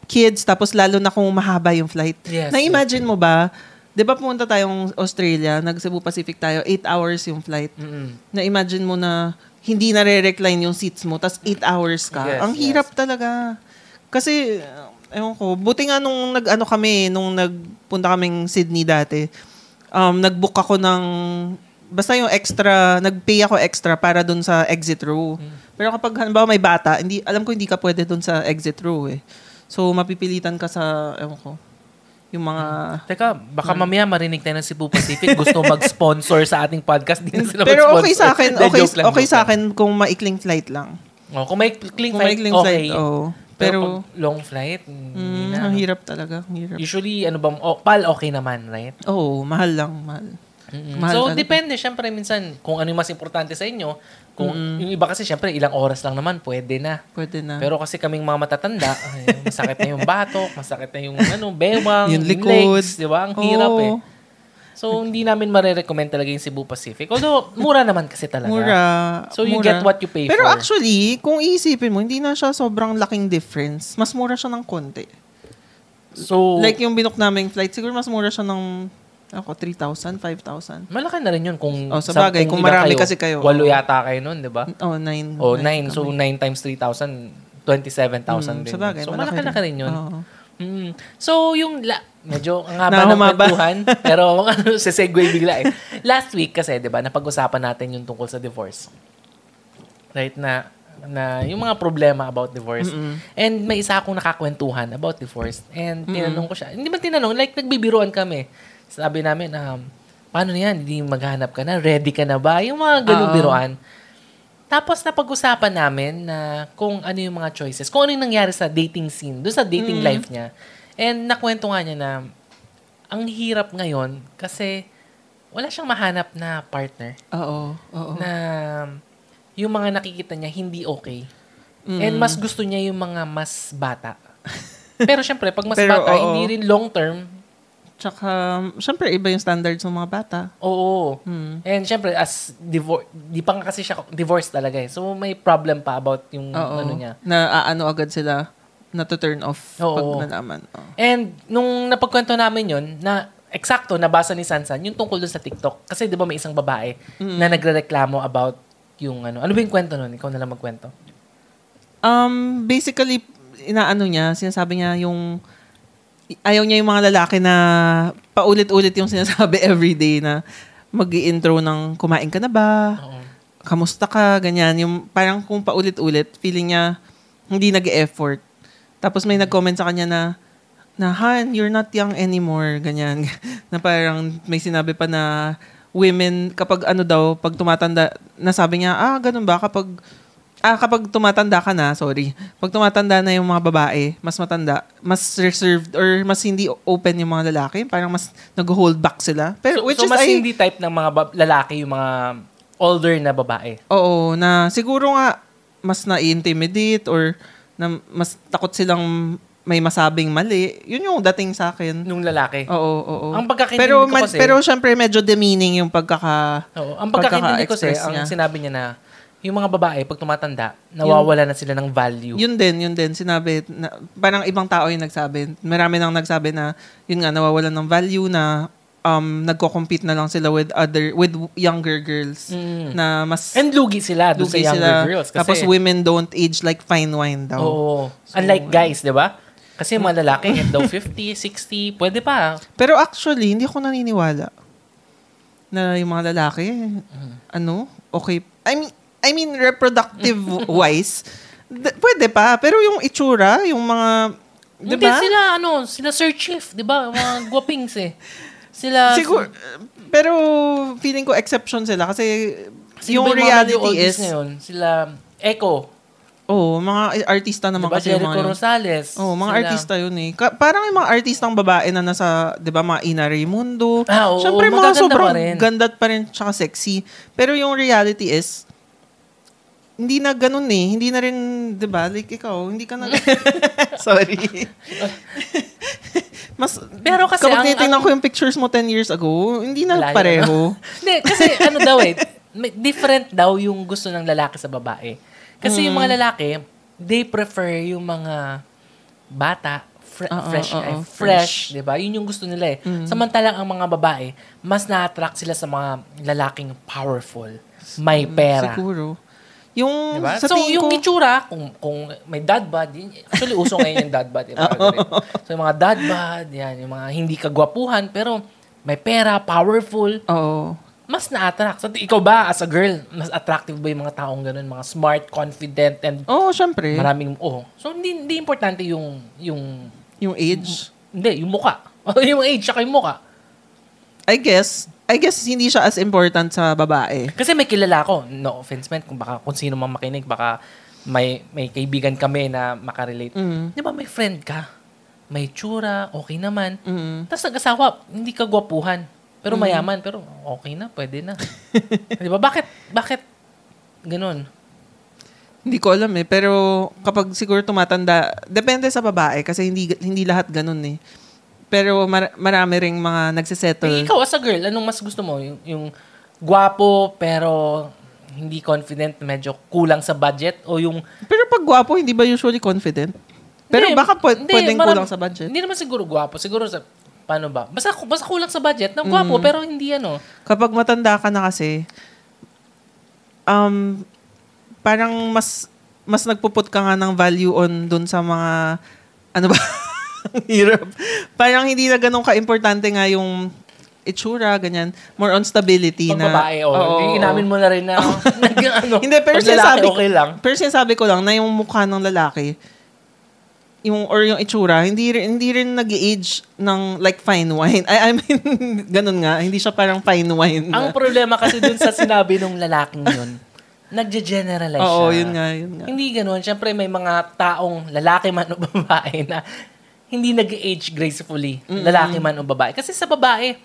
[SPEAKER 2] kids, tapos lalo na kung mahaba yung flight.
[SPEAKER 1] Yes.
[SPEAKER 2] Na-imagine mo ba, di ba pumunta tayong Australia, nag Cebu Pacific tayo, 8 hours yung flight.
[SPEAKER 1] Mm-mm.
[SPEAKER 2] Na-imagine mo na hindi nare-recline yung seats mo, tapos 8 hours ka.
[SPEAKER 1] Yes,
[SPEAKER 2] Ang
[SPEAKER 1] yes.
[SPEAKER 2] hirap talaga. Kasi, uh, ewan ko, buti nga nung nag-ano kami, nung nagpunta kaming Sydney dati, um, nag-book ako ng, basta yung extra, nag-pay ako extra para dun sa exit row.
[SPEAKER 1] Hmm.
[SPEAKER 2] Pero kapag, halimbawa, may bata, hindi, alam ko hindi ka pwede dun sa exit row eh. So, mapipilitan ka sa, ewan ko, yung mga...
[SPEAKER 1] Teka, baka mamaya marinig tayo ng Cebu Pacific. Gusto mag-sponsor sa ating podcast. Di na sila
[SPEAKER 2] Pero
[SPEAKER 1] mag-sponsor.
[SPEAKER 2] okay sa akin,
[SPEAKER 1] Hindi,
[SPEAKER 2] okay,
[SPEAKER 1] joke lang,
[SPEAKER 2] okay
[SPEAKER 1] joke
[SPEAKER 2] sa
[SPEAKER 1] lang.
[SPEAKER 2] akin kung maikling flight lang.
[SPEAKER 1] Oh, kung may cling
[SPEAKER 2] Kung
[SPEAKER 1] flight,
[SPEAKER 2] maikling
[SPEAKER 1] okay.
[SPEAKER 2] flight, oo.
[SPEAKER 1] Pero,
[SPEAKER 2] Pero,
[SPEAKER 1] pag long flight, hindi
[SPEAKER 2] Mm,
[SPEAKER 1] na.
[SPEAKER 2] ang
[SPEAKER 1] no?
[SPEAKER 2] hirap talaga. Ang hirap.
[SPEAKER 1] Usually, ano bang, oh, pal, okay naman, right?
[SPEAKER 2] Oo, oh, mahal lang. Mahal.
[SPEAKER 1] Mm-mm. Mm.
[SPEAKER 2] Mahal
[SPEAKER 1] so,
[SPEAKER 2] talaga.
[SPEAKER 1] depende, syempre, minsan, kung ano yung mas importante sa inyo. Kung
[SPEAKER 2] Mm.
[SPEAKER 1] yung iba kasi, syempre, ilang oras lang naman, pwede na.
[SPEAKER 2] Pwede na.
[SPEAKER 1] Pero kasi kaming mga matatanda, ay, masakit na yung batok, masakit na yung ano, bewang,
[SPEAKER 2] Yung
[SPEAKER 1] yung,
[SPEAKER 2] likod.
[SPEAKER 1] legs, di ba? Ang hirap
[SPEAKER 2] Oo.
[SPEAKER 1] eh. So, hindi namin marirecommend talaga yung Cebu Pacific. Although, mura naman kasi talaga.
[SPEAKER 2] Mura.
[SPEAKER 1] So, you
[SPEAKER 2] mura.
[SPEAKER 1] get what you pay for.
[SPEAKER 2] Pero actually, kung iisipin mo, hindi na siya sobrang laking difference. Mas mura siya ng konti.
[SPEAKER 1] So,
[SPEAKER 2] Like yung binook naming flight, siguro mas mura siya ng ako, 3,000, 5,000.
[SPEAKER 1] malaki na rin yun kung...
[SPEAKER 2] Oh, sa bagay, kung marami kasi kayo.
[SPEAKER 1] Walo
[SPEAKER 2] Oo.
[SPEAKER 1] yata kayo nun, di ba?
[SPEAKER 2] Oh, 9.
[SPEAKER 1] Oh, 9. So, 9 times 3,000, 27,000 din.
[SPEAKER 2] Mm, Sa bagay,
[SPEAKER 1] so, malaki na rin yun.
[SPEAKER 2] Oo.
[SPEAKER 1] Mm. So, yung... La- medyo ang haba ng
[SPEAKER 2] Nahumaba.
[SPEAKER 1] kwentuhan, pero sa segue bigla eh. Last week kasi, di ba, napag-usapan natin yung tungkol sa divorce. Right? Na, na yung mga problema about divorce. And may isa akong nakakwentuhan about divorce. And tinanong ko siya. Hindi man tinanong, like nagbibiruan kami. Sabi namin, um, paano na yan? Hindi maghanap ka na? Ready ka na ba? Yung mga ganung
[SPEAKER 2] Oo.
[SPEAKER 1] biruan. Tapos napag-usapan namin na kung ano yung mga choices, kung ano yung nangyari sa dating scene, doon sa dating life niya. And nakwento nga niya na ang hirap ngayon kasi wala siyang mahanap na partner
[SPEAKER 2] Oo. Oo.
[SPEAKER 1] na yung mga nakikita niya hindi okay.
[SPEAKER 2] Mm.
[SPEAKER 1] And mas gusto niya yung mga mas bata. Pero syempre, pag mas
[SPEAKER 2] Pero,
[SPEAKER 1] bata,
[SPEAKER 2] oo.
[SPEAKER 1] hindi rin long term.
[SPEAKER 2] Tsaka, syempre, iba yung standards ng mga bata.
[SPEAKER 1] Oo.
[SPEAKER 2] Hmm.
[SPEAKER 1] And syempre, as divorce, di pa nga kasi siya divorce talaga eh. So may problem pa about yung
[SPEAKER 2] Oo.
[SPEAKER 1] ano niya.
[SPEAKER 2] Na aano agad sila na to turn off
[SPEAKER 1] Oo.
[SPEAKER 2] pag nalaman. Oo.
[SPEAKER 1] And nung napagkwento namin yun, na eksakto, nabasa ni Sansan, yung tungkol dun sa TikTok. Kasi di ba may isang babae
[SPEAKER 2] Mm.
[SPEAKER 1] na nagrereklamo about yung ano. Ano ba yung kwento nun? Ikaw na lang magkwento.
[SPEAKER 2] Um, basically, inaano niya, sinasabi niya yung ayaw niya yung mga lalaki na paulit-ulit yung sinasabi everyday na mag intro ng kumain ka na ba?
[SPEAKER 1] Oo.
[SPEAKER 2] Kamusta ka? Ganyan. Yung parang kung paulit-ulit, feeling niya hindi nag effort Tapos may nag-comment sa kanya na, na, Han, you're not young anymore, ganyan. na parang may sinabi pa na women, kapag ano daw, pag tumatanda, nasabi niya, ah, ganun ba, kapag, ah, kapag tumatanda ka na, sorry, pag tumatanda na yung mga babae, mas matanda, mas reserved, or mas hindi open yung mga lalaki, parang mas nag-hold back sila. Pero,
[SPEAKER 1] So,
[SPEAKER 2] which
[SPEAKER 1] so
[SPEAKER 2] is,
[SPEAKER 1] mas
[SPEAKER 2] I-
[SPEAKER 1] hindi type ng mga bab- lalaki yung mga older na babae.
[SPEAKER 2] Oo, na siguro nga mas na-intimidate or na mas takot silang may masabing mali. Yun yung dating sa akin.
[SPEAKER 1] Nung lalaki.
[SPEAKER 2] Oo, oo.
[SPEAKER 1] Ang pagkakaintindi
[SPEAKER 2] pero,
[SPEAKER 1] ko
[SPEAKER 2] man-
[SPEAKER 1] kasi-
[SPEAKER 2] pero syempre medyo demeaning yung pagkaka...
[SPEAKER 1] Oo. Ang pagkakaintindi ko kasi,
[SPEAKER 2] pagkaka-express
[SPEAKER 1] ang
[SPEAKER 2] niya.
[SPEAKER 1] sinabi niya na, yung mga babae, pag tumatanda, nawawala na sila ng value.
[SPEAKER 2] Yun din, yun din. Sinabi, na, parang ibang tao yung nagsabi. Marami nang nagsabi na, yun nga, nawawalan ng value na um, nagko-compete na lang sila with other, with younger girls
[SPEAKER 1] Mm.
[SPEAKER 2] na mas
[SPEAKER 1] And lugi sila doon sa
[SPEAKER 2] lugi
[SPEAKER 1] younger girls. Kasi,
[SPEAKER 2] Tapos women don't age like fine wine daw.
[SPEAKER 1] Oo. Unlike guys, di ba? Kasi yung mga lalaki, hit daw 50, 60, pwede pa.
[SPEAKER 2] Pero actually, hindi ako naniniwala na yung mga lalaki, ano, okay. I mean, I mean reproductive wise, d- pwede pa. Pero yung itsura, yung mga, di
[SPEAKER 1] Hindi
[SPEAKER 2] ba?
[SPEAKER 1] sila, ano, sila Sir Chief, di ba? Mga guwapings eh. Sila,
[SPEAKER 2] Siguro, pero feeling ko exception sila kasi
[SPEAKER 1] sino
[SPEAKER 2] yung
[SPEAKER 1] ba mga
[SPEAKER 2] reality
[SPEAKER 1] radio oldies
[SPEAKER 2] is,
[SPEAKER 1] Ngayon? Sila, Echo,
[SPEAKER 2] oh, mga artista naman
[SPEAKER 1] diba?
[SPEAKER 2] kasi yung
[SPEAKER 1] Jericho
[SPEAKER 2] mga yun.
[SPEAKER 1] Rosales.
[SPEAKER 2] Oh, mga
[SPEAKER 1] sila-
[SPEAKER 2] artista yun eh. Ka- parang yung mga artistang babae na nasa, 'di ba, mga Ina Raimundo.
[SPEAKER 1] Ah, oo,
[SPEAKER 2] Syempre
[SPEAKER 1] oo,
[SPEAKER 2] mga
[SPEAKER 1] magaganda
[SPEAKER 2] sobrang
[SPEAKER 1] pa rin.
[SPEAKER 2] ganda pa rin tsaka sexy. Pero yung reality is hindi na ganun eh. Hindi na rin, 'di ba? Like ikaw, hindi ka na Sorry. Mas
[SPEAKER 1] Pero kasi
[SPEAKER 2] kapag
[SPEAKER 1] ang-
[SPEAKER 2] tinitingnan
[SPEAKER 1] ang-
[SPEAKER 2] ko yung pictures mo 10 years ago, hindi na
[SPEAKER 1] Wala yun.
[SPEAKER 2] pareho.
[SPEAKER 1] Hindi, kasi ano daw eh, may- different daw yung gusto ng lalaki sa babae. Kasi yung
[SPEAKER 2] Mm.
[SPEAKER 1] mga lalaki, they prefer yung mga bata, fre-
[SPEAKER 2] Oo,
[SPEAKER 1] fresh,
[SPEAKER 2] oo,
[SPEAKER 1] eh,
[SPEAKER 2] fresh. Mm.
[SPEAKER 1] fresh, di ba? Yun yung gusto nila eh. Samantalang ang mga babae, mas na-attract sila sa mga lalaking powerful, may pera.
[SPEAKER 2] Mm, Siguro. Yung
[SPEAKER 1] Diba?
[SPEAKER 2] sa
[SPEAKER 1] so,
[SPEAKER 2] tingin
[SPEAKER 1] yung
[SPEAKER 2] ko,
[SPEAKER 1] itsura, kung, kung may dad bod, yun, actually, uso ngayon yung dad bod. eh, mga ganun. so, yung mga dad bod, yan, yung mga hindi kagwapuhan, pero may pera, powerful,
[SPEAKER 2] Oo.
[SPEAKER 1] mas na-attract. So, ikaw ba, as a girl, mas attractive ba yung mga taong ganun? Mga smart, confident, and
[SPEAKER 2] Oo, syempre.
[SPEAKER 1] maraming, oh. So, hindi, hindi importante yung, yung,
[SPEAKER 2] Yung age.
[SPEAKER 1] hindi, yung mukha. yung age, saka yung mukha.
[SPEAKER 2] I guess, I guess hindi siya as important sa babae.
[SPEAKER 1] Kasi may kilala ko, no offense man, kung baka kung sino mang makinig, baka may may kaibigan kami na makarelate.
[SPEAKER 2] Mm.
[SPEAKER 1] Di ba may friend ka? May tsura, okay naman.
[SPEAKER 2] Mm.
[SPEAKER 1] Tapos nag-asawa, hindi ka gwapuhan. Pero mayaman, pero okay na, pwede na. Di ba? Bakit, bakit ganun?
[SPEAKER 2] Hindi ko alam eh, pero kapag siguro tumatanda, depende sa babae kasi hindi hindi lahat ganun eh. Pero mar- marami ring mga
[SPEAKER 1] Eh,
[SPEAKER 2] nagsisettle.
[SPEAKER 1] ikaw as a girl, anong mas gusto mo? Yung, yung gwapo pero hindi confident, medyo kulang sa budget o yung
[SPEAKER 2] Pero pag gwapo, hindi ba usually confident? Pero
[SPEAKER 1] Hindi,
[SPEAKER 2] baka pw-
[SPEAKER 1] hindi,
[SPEAKER 2] pwedeng
[SPEAKER 1] maram-
[SPEAKER 2] kulang sa budget.
[SPEAKER 1] Hindi naman siguro gwapo, siguro sa paano ba? Basta basta kulang sa budget ng gwapo
[SPEAKER 2] Mm.
[SPEAKER 1] pero hindi ano.
[SPEAKER 2] Kapag matanda ka na kasi, um, parang mas mas nagpuput ka nga ng value on dun sa mga ano ba Ang hirap. Parang hindi na ganun ka-importante nga yung itsura, ganyan. More on
[SPEAKER 1] Pag
[SPEAKER 2] stability na.
[SPEAKER 1] babae, oh,
[SPEAKER 2] Oo, oo.
[SPEAKER 1] inamin mo na rin na nag, ano,
[SPEAKER 2] Hindi,
[SPEAKER 1] pag
[SPEAKER 2] pero
[SPEAKER 1] lalaki,
[SPEAKER 2] sinasabi,
[SPEAKER 1] okay lang.
[SPEAKER 2] Pero sinasabi ko lang na yung mukha ng lalaki, yung or yung itsura, hindi rin- hindi rin nag-age ng like fine wine. I, I mean, ganun nga, hindi siya parang fine wine. na.
[SPEAKER 1] Ang problema kasi dun sa sinabi nung lalaking yun, nagje-generalize
[SPEAKER 2] Oo,
[SPEAKER 1] siya.
[SPEAKER 2] yun nga, yun nga.
[SPEAKER 1] Hindi ganun. Siyempre, may mga taong lalaki man o babae na hindi nag-age gracefully. Lalaki man o babae. Kasi sa babae,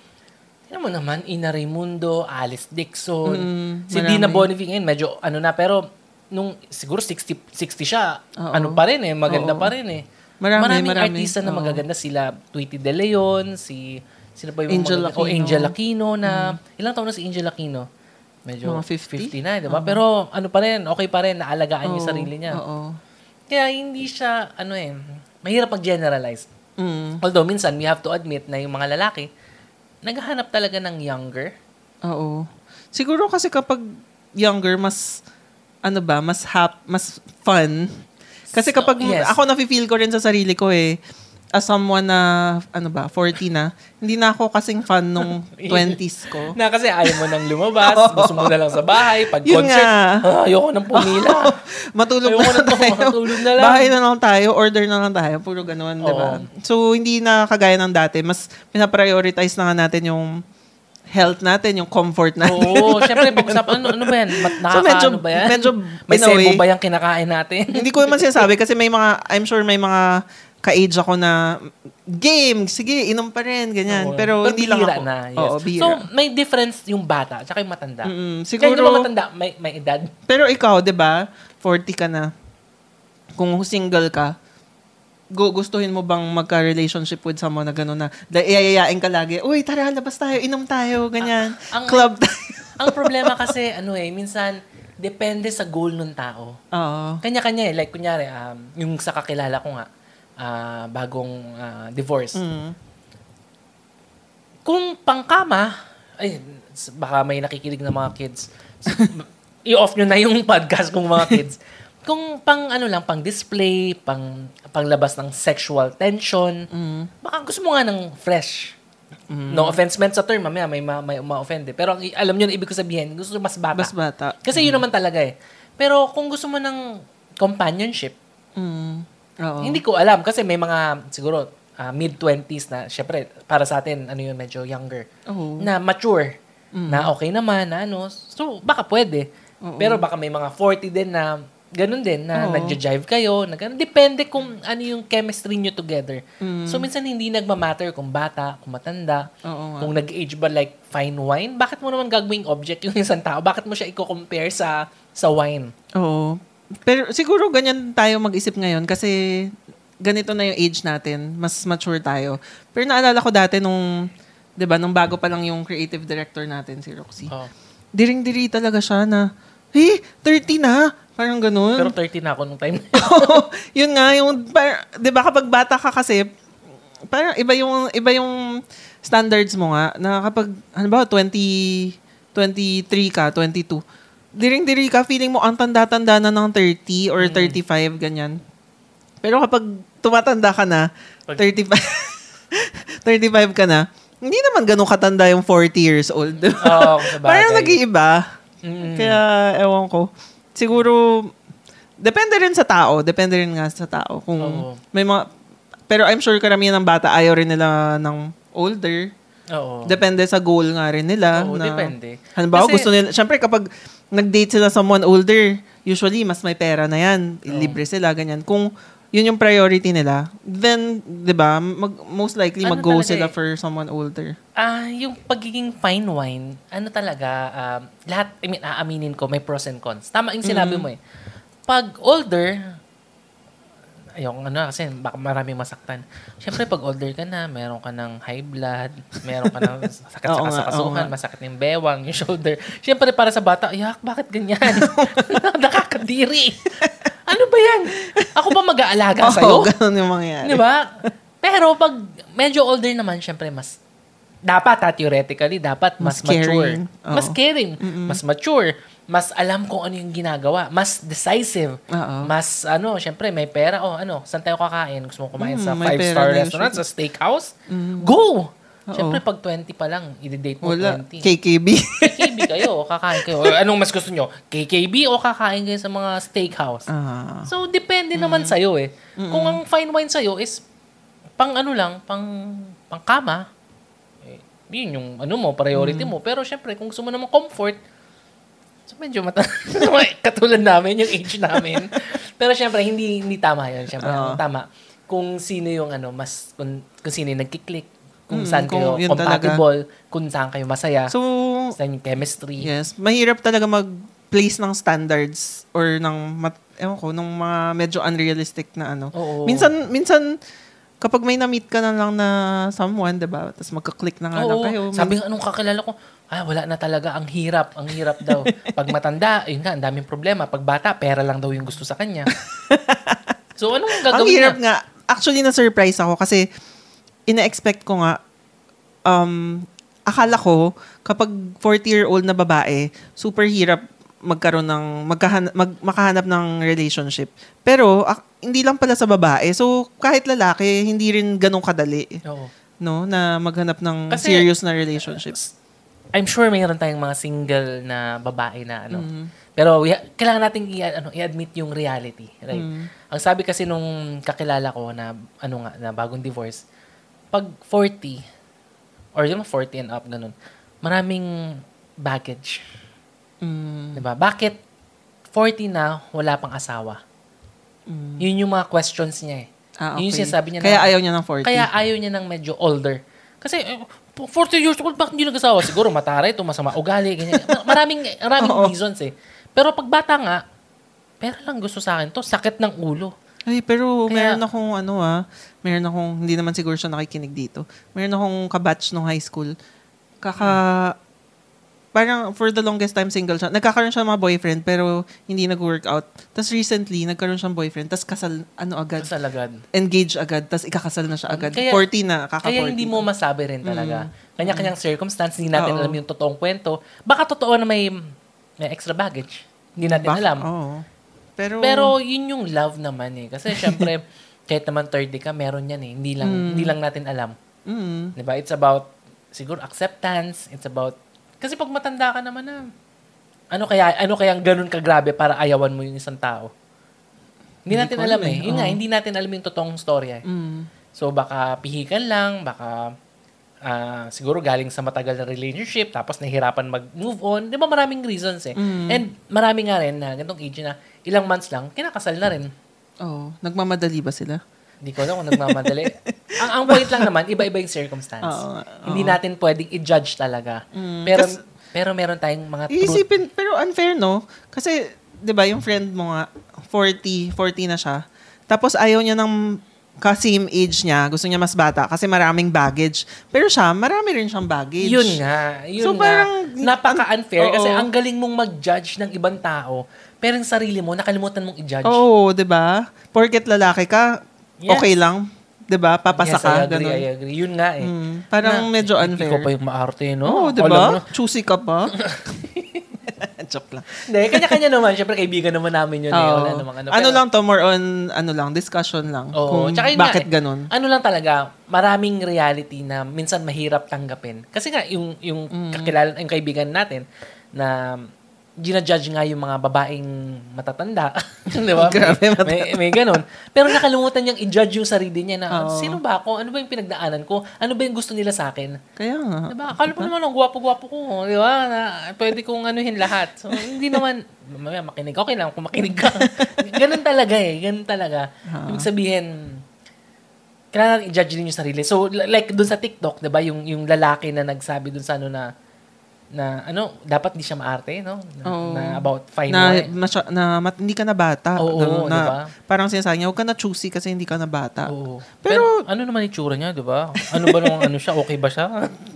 [SPEAKER 1] alam mo naman, Ina Raimundo, Alice Dixon, si
[SPEAKER 2] marami.
[SPEAKER 1] Dina Bonifig, ngayon, medyo ano na, pero nung siguro 60, 60 siya,
[SPEAKER 2] Oo.
[SPEAKER 1] ano pa rin eh, maganda
[SPEAKER 2] Oo.
[SPEAKER 1] pa rin eh.
[SPEAKER 2] Marami,
[SPEAKER 1] Maraming
[SPEAKER 2] marami.
[SPEAKER 1] artista na
[SPEAKER 2] Oo.
[SPEAKER 1] magaganda sila, Tweety De Leon, si sino pa yung
[SPEAKER 2] Angel
[SPEAKER 1] magaganda? O
[SPEAKER 2] Aquino. Mm-hmm.
[SPEAKER 1] Angel Aquino na ilang taon na si Angel Aquino? Medyo
[SPEAKER 2] Mga 50?
[SPEAKER 1] 50 na, di ba? Pero ano pa rin, okay pa rin, naalagaan yung
[SPEAKER 2] Oo,
[SPEAKER 1] sarili niya.
[SPEAKER 2] Oo.
[SPEAKER 1] Kaya hindi siya, ano eh, mahirap mag-generalize.
[SPEAKER 2] Mm.
[SPEAKER 1] Although minsan, we have to admit na yung mga lalaki, naghahanap talaga ng younger.
[SPEAKER 2] Oo. Siguro kasi kapag younger, mas, ano ba, mas hap, mas fun. Kasi
[SPEAKER 1] So,
[SPEAKER 2] kapag,
[SPEAKER 1] yes.
[SPEAKER 2] ako nafe-feel ko rin sa sarili ko eh, as someone na, ano ba, 40 na, hindi na ako kasing fan nung 20s ko.
[SPEAKER 1] Na kasi ayaw mo nang lumabas, gusto mo na lang sa bahay, pag
[SPEAKER 2] Yun
[SPEAKER 1] concert,
[SPEAKER 2] nga.
[SPEAKER 1] ah, ayoko nang pumila.
[SPEAKER 2] Matulog
[SPEAKER 1] Ayoko
[SPEAKER 2] na,
[SPEAKER 1] na to,
[SPEAKER 2] tayo.
[SPEAKER 1] matulog na lang.
[SPEAKER 2] Bahay na lang tayo, order na lang tayo. Puro ganun, di ba?
[SPEAKER 1] Oo.
[SPEAKER 2] So, hindi na kagaya ng dati. Mas pinaprioritize na nga natin yung health natin, yung comfort natin.
[SPEAKER 1] Oo, syempre, pag-usapan, ano, ano ba yan? Mat, nakaka,
[SPEAKER 2] medyo-
[SPEAKER 1] ano ba yan?
[SPEAKER 2] medyo,
[SPEAKER 1] May
[SPEAKER 2] in a
[SPEAKER 1] sebo
[SPEAKER 2] way-
[SPEAKER 1] ba yung kinakain natin?
[SPEAKER 2] hindi ko naman sinasabi kasi may mga, I'm sure may mga ka-age ako na game, sige, inom pa rin, ganyan.
[SPEAKER 1] Oo.
[SPEAKER 2] Pero, hindi lang
[SPEAKER 1] bihira
[SPEAKER 2] ako.
[SPEAKER 1] Na, yes.
[SPEAKER 2] Oo, bihira.
[SPEAKER 1] So, may difference yung bata at yung matanda.
[SPEAKER 2] Mm,
[SPEAKER 1] Siguro, Kaya yung mga
[SPEAKER 2] siguro,
[SPEAKER 1] matanda, may, may edad.
[SPEAKER 2] pero ikaw, di ba, 40 ka na. Kung single ka, gu- gustuhin mo bang magka-relationship with someone na gano'n na da- iyayayain ka lagi, uy, tara, labas tayo, inom tayo, ganyan.
[SPEAKER 1] Ah, ang-
[SPEAKER 2] Club tayo.
[SPEAKER 1] Ang problema kasi, ano eh, minsan, depende sa goal ng tao.
[SPEAKER 2] Oo.
[SPEAKER 1] Kanya-kanya eh. Like, kunyari, um, yung sa kakilala ko nga, ah, bagong ah, divorce.
[SPEAKER 2] Mm.
[SPEAKER 1] Kung pangkama, ay, s- baka may nakikilig na mga kids. S- I-off nyo na yung podcast kung mga kids. Kung pang ano lang, pang display, pang panglabas ng sexual tension,
[SPEAKER 2] Mm.
[SPEAKER 1] baka gusto mo nga ng fresh. No offense meant sa term, mamaya may, ma- may ma-offend eh. Pero ang, i- alam nyo na ibig ko sabihin, gusto mo mas bata.
[SPEAKER 2] Bas bata.
[SPEAKER 1] Kasi yun naman talaga eh. Pero kung gusto mo ng companionship,
[SPEAKER 2] Mm. Oo.
[SPEAKER 1] hindi ko alam kasi may mga siguro ah, mid-twenties na, syempre, para sa atin, ano yun, medyo younger,
[SPEAKER 2] Oo.
[SPEAKER 1] na mature,
[SPEAKER 2] Mm.
[SPEAKER 1] na okay naman, na ano. So, baka pwede.
[SPEAKER 2] Oo.
[SPEAKER 1] Pero baka may mga 40 din na ganun din, na
[SPEAKER 2] Oo.
[SPEAKER 1] nagja-jive kayo, na ganun. Depende kung ano yung chemistry nyo together.
[SPEAKER 2] Mm.
[SPEAKER 1] So, minsan hindi nagmamatter kung bata, kung matanda,
[SPEAKER 2] Oo nga.
[SPEAKER 1] kung nag-age ba like fine wine. Bakit mo naman gagawing object yung isang tao? Bakit mo siya i-compare sa sa wine?
[SPEAKER 2] Oo. Pero siguro ganyan tayo mag-isip ngayon kasi ganito na yung age natin. Mas mature tayo. Pero naalala ko dati nung, di ba, nung bago pa lang yung creative director natin, si Roxy.
[SPEAKER 1] Oh.
[SPEAKER 2] Diring-diri talaga siya na, eh, 30 na! Parang ganun.
[SPEAKER 1] Pero 30 na ako nung time.
[SPEAKER 2] yun nga, yung, par, di ba kapag bata ka kasi, parang iba yung, iba yung standards mo nga, na kapag, ano ba, 20, 23 ka, 22, diring-diri ka, feeling mo ang tanda-tanda na ng
[SPEAKER 1] Mm.
[SPEAKER 2] 30 or 35, ganyan. Pero kapag tumatanda ka na,
[SPEAKER 1] Pag-
[SPEAKER 2] 35, 35 ka na, hindi naman ganun katanda yung 40 years old. di
[SPEAKER 1] Oo,
[SPEAKER 2] ba?
[SPEAKER 1] sa bagay.
[SPEAKER 2] Parang nag-iiba.
[SPEAKER 1] Mm.
[SPEAKER 2] Kaya, ewan ko. Siguro, depende rin sa tao. Depende rin nga sa tao. Kung
[SPEAKER 1] Oo.
[SPEAKER 2] may mga, pero I'm sure karamihan ng bata ayaw rin nila ng older.
[SPEAKER 1] Oo.
[SPEAKER 2] Depende sa goal nga rin nila.
[SPEAKER 1] Oo,
[SPEAKER 2] Diba na,
[SPEAKER 1] depende.
[SPEAKER 2] Halimbawa,
[SPEAKER 1] Kasi-
[SPEAKER 2] gusto nila, syempre kapag nag-date sila someone older, usually mas may pera na yan. Libre sila, ganyan. Kung yun yung priority nila, then, di ba, mag- most likely
[SPEAKER 1] Ano
[SPEAKER 2] mag-go
[SPEAKER 1] talaga
[SPEAKER 2] sila
[SPEAKER 1] eh?
[SPEAKER 2] for someone older.
[SPEAKER 1] Ah, yung pagiging fine wine, ano talaga, um, lahat, I mean, aaminin ko, may pros and cons. Tama yung sinabi
[SPEAKER 2] Mm.
[SPEAKER 1] mo eh. Pag older, ayoko ano kasi baka marami masaktan. Siyempre, pag older ka na, meron ka ng high blood, meron ka ng sakit sa
[SPEAKER 2] Oo nga, oo
[SPEAKER 1] kasakasuhan,
[SPEAKER 2] nga.
[SPEAKER 1] masakit yung bewang, yung shoulder. Siyempre, para sa bata, yak, bakit ganyan? Nakakadiri. ano ba yan? Ako ba mag-aalaga sa'yo?
[SPEAKER 2] Oo, ganun yung mangyayari.
[SPEAKER 1] Di ba? Pero pag medyo older naman, syempre mas dapat ha, theoretically, dapat mas,
[SPEAKER 2] Mas
[SPEAKER 1] mature.
[SPEAKER 2] caring. Oo.
[SPEAKER 1] Mas caring. Mas mature. Mas alam kung ano yung ginagawa. Mas decisive.
[SPEAKER 2] Oo.
[SPEAKER 1] Mas ano, syempre may pera. Oh, ano, saan tayo kakain? Gusto mo kumain
[SPEAKER 2] Mm,
[SPEAKER 1] sa
[SPEAKER 2] may
[SPEAKER 1] five-star
[SPEAKER 2] pera na Mm.
[SPEAKER 1] restaurant? Sa steakhouse? Go!
[SPEAKER 2] Oo.
[SPEAKER 1] Syempre pag 20 pa lang, i-date mo
[SPEAKER 2] Wala.
[SPEAKER 1] 20.
[SPEAKER 2] KKB.
[SPEAKER 1] KKB kayo, kakain kayo. Or anong mas gusto nyo? KKB o kakain kayo sa mga steakhouse?
[SPEAKER 2] Ah.
[SPEAKER 1] So, depende naman
[SPEAKER 2] Mm.
[SPEAKER 1] sa'yo eh. Kung ang fine wine sa'yo is pang ano lang, pang, pang kama, eh, yun yung ano mo, priority
[SPEAKER 2] Mm.
[SPEAKER 1] mo. Pero syempre, kung gusto mo naman comfort, so medyo mata katulad namin, yung age namin. Pero syempre, hindi, hindi tama yun. Syempre,
[SPEAKER 2] Oo.
[SPEAKER 1] ang tama. Kung sino yung ano, mas, kung, kung sino yung nagkiklik, kung
[SPEAKER 2] Mm,
[SPEAKER 1] saan
[SPEAKER 2] kung
[SPEAKER 1] kayo
[SPEAKER 2] yun talaga.
[SPEAKER 1] compatible, kung saan kayo masaya,
[SPEAKER 2] So,
[SPEAKER 1] saan yung chemistry.
[SPEAKER 2] yes, mahirap talaga mag-place ng standards or ng mat- ewan ko, ng mga medyo unrealistic na ano.
[SPEAKER 1] Oo.
[SPEAKER 2] Minsan minsan kapag may na-meet ka na lang na someone, 'di ba? Tapos magka-click na nga lang
[SPEAKER 1] Oo.
[SPEAKER 2] kayo.
[SPEAKER 1] Sabi nga, anong kakilala ko, ah, wala na talaga, ang hirap, ang hirap daw. Pag matanda, yun nga, ang daming problema. Pag bata, pera lang daw yung gusto sa kanya. so, anong
[SPEAKER 2] ang
[SPEAKER 1] gagawin
[SPEAKER 2] hirap
[SPEAKER 1] niya?
[SPEAKER 2] nga. Actually, na-surprise ako kasi ina-expect ko nga, um, akala ko, kapag 40-year-old na babae, super hirap magkaroon ng magkahan, mag, makahanap ng relationship. Pero ak- hindi lang pala sa babae. So kahit lalaki, hindi rin ganun kadali
[SPEAKER 1] Oo.
[SPEAKER 2] no na maghanap ng
[SPEAKER 1] Kasi-
[SPEAKER 2] serious na relationship.
[SPEAKER 1] I'm sure mayroon tayong mga single na babae na ano.
[SPEAKER 2] Mm-hmm.
[SPEAKER 1] Pero we, ha- kailangan nating i- ano, i-admit yung reality, right?
[SPEAKER 2] Mm-hmm.
[SPEAKER 1] Ang sabi kasi nung kakilala ko na ano nga na bagong divorce, pag 40 or yung 40 and up ganun, maraming baggage,
[SPEAKER 2] Mm,
[SPEAKER 1] 'di ba? Bakit 40 na wala pang asawa?
[SPEAKER 2] mm.
[SPEAKER 1] Yun yung mga questions niya eh.
[SPEAKER 2] Ah,
[SPEAKER 1] Yun yung
[SPEAKER 2] okay.
[SPEAKER 1] sinasabi niya na-
[SPEAKER 2] Kaya ayaw niya ng 40.
[SPEAKER 1] Kaya ayaw niya ng medyo older. Kasi eh, 40 years old, bakit hindi nag-asawa? Siguro mataray ito, masama ugali, ganyan. Ma- Maraming, maraming
[SPEAKER 2] Oo.
[SPEAKER 1] reasons eh. Pero pag bata nga, pera lang gusto sa akin to, sakit ng ulo.
[SPEAKER 2] Ay, pero
[SPEAKER 1] Kaya-
[SPEAKER 2] meron akong ano ah, meron akong, hindi naman siguro siya nakikinig dito. Meron akong kabatch nung high school. Kaka, parang for the longest time single siya. Nagkakaroon siya ng mga boyfriend pero hindi nag-work out. Tapos recently, nagkaroon siyang boyfriend. Tapos kasal, ano agad,
[SPEAKER 1] Tapos alagad.
[SPEAKER 2] engage agad. Tapos ikakasal na siya agad.
[SPEAKER 1] Kaya-
[SPEAKER 2] 40 na, kaka-40.
[SPEAKER 1] Kaya hindi mo masabi rin talaga. Kanya-kanyang circumstance, hindi natin
[SPEAKER 2] Mm. Oo.
[SPEAKER 1] alam yung totoong kwento. Baka totoo na may, may extra baggage. Hindi natin
[SPEAKER 2] Bak-
[SPEAKER 1] alam.
[SPEAKER 2] Oo. Pero,
[SPEAKER 1] Pero yun yung love naman eh. Kasi syempre, kahit naman 30 ka, meron yan eh. Hindi lang, hindi lang natin alam.
[SPEAKER 2] mm,
[SPEAKER 1] Diba? It's about, siguro, acceptance. It's about, kasi pag matanda ka naman na, ano kaya, ano kayang ganun kagrabe para ayawan mo yung isang tao? Hindi,
[SPEAKER 2] Hindi
[SPEAKER 1] natin
[SPEAKER 2] ko
[SPEAKER 1] alam
[SPEAKER 2] alam
[SPEAKER 1] eh.
[SPEAKER 2] eh.
[SPEAKER 1] Yun nga,
[SPEAKER 2] Oo.
[SPEAKER 1] hindi natin alam yung totoong storya eh.
[SPEAKER 2] mm,
[SPEAKER 1] So, baka pihikan lang, baka ah, siguro galing sa matagal na relationship, tapos nahihirapan mag-move on. Di ba maraming reasons eh.
[SPEAKER 2] Mm.
[SPEAKER 1] And marami nga rin na ganitong age na ilang months lang, kinakasal na rin.
[SPEAKER 2] oh, nagmamadali ba sila?
[SPEAKER 1] Hindi ko alam kung nagmamadali. ang, ang point lang naman, iba-iba yung circumstance.
[SPEAKER 2] Oo, Mm.
[SPEAKER 1] Hindi natin pwedeng i-judge talaga. Pero
[SPEAKER 2] Kas-
[SPEAKER 1] pero meron tayong mga truth.
[SPEAKER 2] Iisipin, pero unfair, no? Kasi, di ba, yung friend mo nga, 40, 40 na siya. Tapos ayaw niya ng ka-same age niya. Gusto niya mas bata kasi maraming baggage. Pero siya, marami rin siyang baggage.
[SPEAKER 1] Yun nga. Yun
[SPEAKER 2] So,
[SPEAKER 1] nga.
[SPEAKER 2] parang-
[SPEAKER 1] Napaka-unfair
[SPEAKER 2] Oo.
[SPEAKER 1] kasi ang galing mong mag-judge ng ibang tao pero yung sarili mo, nakalimutan mong i-judge.
[SPEAKER 2] Oo, di ba? Porket lalaki ka,
[SPEAKER 1] Yes.
[SPEAKER 2] okay lang. Di ba? Papasa
[SPEAKER 1] yes,
[SPEAKER 2] ka,
[SPEAKER 1] I agree,
[SPEAKER 2] ganun.
[SPEAKER 1] I agree. Yun nga eh.
[SPEAKER 2] Mm, parang medyo
[SPEAKER 1] Hindi ko
[SPEAKER 2] unfair.
[SPEAKER 1] pa yung maarte,
[SPEAKER 2] Oo, diba?
[SPEAKER 1] no?
[SPEAKER 2] di
[SPEAKER 1] Alam mo.
[SPEAKER 2] ba? Choosy ka pa. Joke lang.
[SPEAKER 1] Hindi, kanya-kanya naman. Siyempre, kaibigan naman namin yun. Eh.
[SPEAKER 2] Oo.
[SPEAKER 1] Wala namang ano.
[SPEAKER 2] ano,
[SPEAKER 1] Pero-
[SPEAKER 2] lang to, more on, ano lang, discussion lang.
[SPEAKER 1] Oo,
[SPEAKER 2] kung
[SPEAKER 1] tsaka yun nga
[SPEAKER 2] bakit
[SPEAKER 1] eh,
[SPEAKER 2] ganun.
[SPEAKER 1] Ano lang talaga, maraming reality na minsan mahirap tanggapin. Kasi nga, yung, yung
[SPEAKER 2] Mm.
[SPEAKER 1] kakilala, yung kaibigan natin, na ginajudge nga yung mga babaeng matatanda. Di ba?
[SPEAKER 2] Grabe,
[SPEAKER 1] may, may ganun. Pero nakalimutan niyang i-judge yung sarili niya na,
[SPEAKER 2] Oo.
[SPEAKER 1] sino ba ako? Ano ba yung pinagdaanan ko? Ano ba yung gusto nila sa akin?
[SPEAKER 2] Kaya nga.
[SPEAKER 1] Di ba? Diba? Akala pa naman ang gwapo-gwapo ko. Di ba? Na, pwede kong anuhin lahat. So, hindi naman, mamaya makinig. Okay lang kung makinig ka. ganun talaga eh. Ganun talaga.
[SPEAKER 2] Ah.
[SPEAKER 1] Ibig sabihin, kailangan natin i-judge din yung sarili. So, li- like dun sa TikTok, di ba? Yung, yung lalaki na nagsabi dun sa ano na, na ano, dapat di siya maarte, no? Na,
[SPEAKER 2] Oo.
[SPEAKER 1] na about fine
[SPEAKER 2] na,
[SPEAKER 1] wine.
[SPEAKER 2] masya- na mat- hindi ka na bata.
[SPEAKER 1] Oo,
[SPEAKER 2] Ganun na,
[SPEAKER 1] diba?
[SPEAKER 2] Parang sinasabi niya, huwag ka na choosy kasi hindi ka na bata.
[SPEAKER 1] Oo. Pero,
[SPEAKER 2] Pero-
[SPEAKER 1] ano naman itsura niya, di ba? Ano ba nung ano siya? Okay ba siya?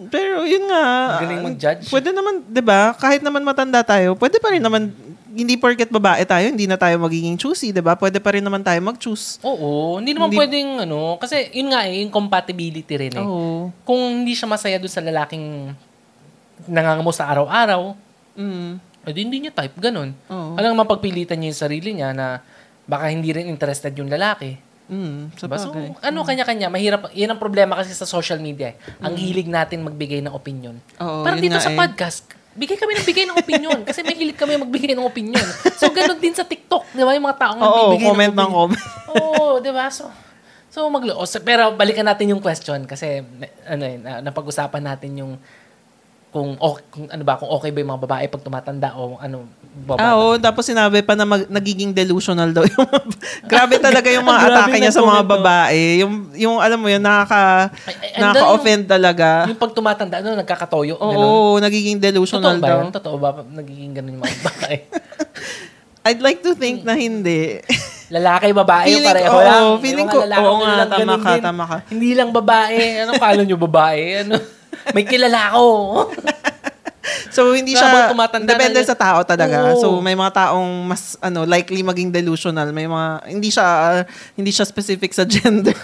[SPEAKER 2] Pero yun nga.
[SPEAKER 1] Ang galing mag-judge.
[SPEAKER 2] Pwede naman, di ba? Kahit naman matanda tayo, pwede pa rin naman, hindi porket babae tayo, hindi na tayo magiging choosy, di ba? Pwede pa rin naman tayo mag-choose.
[SPEAKER 1] Oo. Hindi naman pwedeng ano. Kasi yun nga eh, yung compatibility rin eh.
[SPEAKER 2] Oo.
[SPEAKER 1] kung hindi siya masaya doon sa lalaking nangangamo sa araw-araw,
[SPEAKER 2] Mm.
[SPEAKER 1] edi hindi niya type ganun.
[SPEAKER 2] Oo.
[SPEAKER 1] Alam naman pagpilitan niya yung sarili niya na baka hindi rin interested yung lalaki.
[SPEAKER 2] Mm. Sa
[SPEAKER 1] Diba? So,
[SPEAKER 2] bagay.
[SPEAKER 1] ano, kanya-kanya. Mahirap. Yan ang problema kasi sa social media. eh. Ang hilig natin magbigay ng opinion.
[SPEAKER 2] Oo,
[SPEAKER 1] Parang
[SPEAKER 2] yun
[SPEAKER 1] dito
[SPEAKER 2] nga
[SPEAKER 1] sa
[SPEAKER 2] eh.
[SPEAKER 1] podcast, bigay kami ng bigay ng opinion. kasi may hilig kami magbigay ng opinion. So, ganun din sa TikTok. Di ba? Yung mga taong
[SPEAKER 2] Oo,
[SPEAKER 1] nagbibigay
[SPEAKER 2] comment ng
[SPEAKER 1] opinion.
[SPEAKER 2] comment.
[SPEAKER 1] Oo, di ba? So, so maglo- o, sa- Pero balikan natin yung question kasi na- ano eh, na, napag-usapan natin yung kung, o- kung ano ba kung okay ba yung mga babae pag tumatanda o ano
[SPEAKER 2] Ah,
[SPEAKER 1] babae.
[SPEAKER 2] oo. Tapos sinabi pa na mag- nagiging delusional daw. Yung, grabe talaga yung mga
[SPEAKER 1] Grabe
[SPEAKER 2] atake
[SPEAKER 1] na
[SPEAKER 2] niya sa mga
[SPEAKER 1] comment, no?
[SPEAKER 2] babae. Yung, yung alam mo yun, nakaka,
[SPEAKER 1] Ay, ay, andun
[SPEAKER 2] nakaka-offend talaga.
[SPEAKER 1] Yung pag tumatanda, ano, nagkakatoyo. ganun.
[SPEAKER 2] Oo, nagiging
[SPEAKER 1] Totoo
[SPEAKER 2] delusional
[SPEAKER 1] ba
[SPEAKER 2] daw.
[SPEAKER 1] yun? Totoo ba? Nagiging ganun yung mga babae.
[SPEAKER 2] I'd like to think na hindi.
[SPEAKER 1] Lalaki, babae,
[SPEAKER 2] Feeling-
[SPEAKER 1] pareho
[SPEAKER 2] oo,
[SPEAKER 1] lang.
[SPEAKER 2] feeling
[SPEAKER 1] Yung
[SPEAKER 2] ko-
[SPEAKER 1] mga lalaki,
[SPEAKER 2] oo nga,
[SPEAKER 1] lang
[SPEAKER 2] tama
[SPEAKER 1] ganun
[SPEAKER 2] ka,
[SPEAKER 1] din.
[SPEAKER 2] tama ka.
[SPEAKER 1] Hindi lang babae. Ano kala nyo babae? Ano? May kilala ako.
[SPEAKER 2] So, hindi
[SPEAKER 1] Habang
[SPEAKER 2] siya,
[SPEAKER 1] tumatanda
[SPEAKER 2] depende
[SPEAKER 1] na yun.
[SPEAKER 2] sa tao talaga.
[SPEAKER 1] Oo.
[SPEAKER 2] So, may mga taong mas, ano, likely maging delusional. May mga, hindi siya, hindi siya specific sa gender.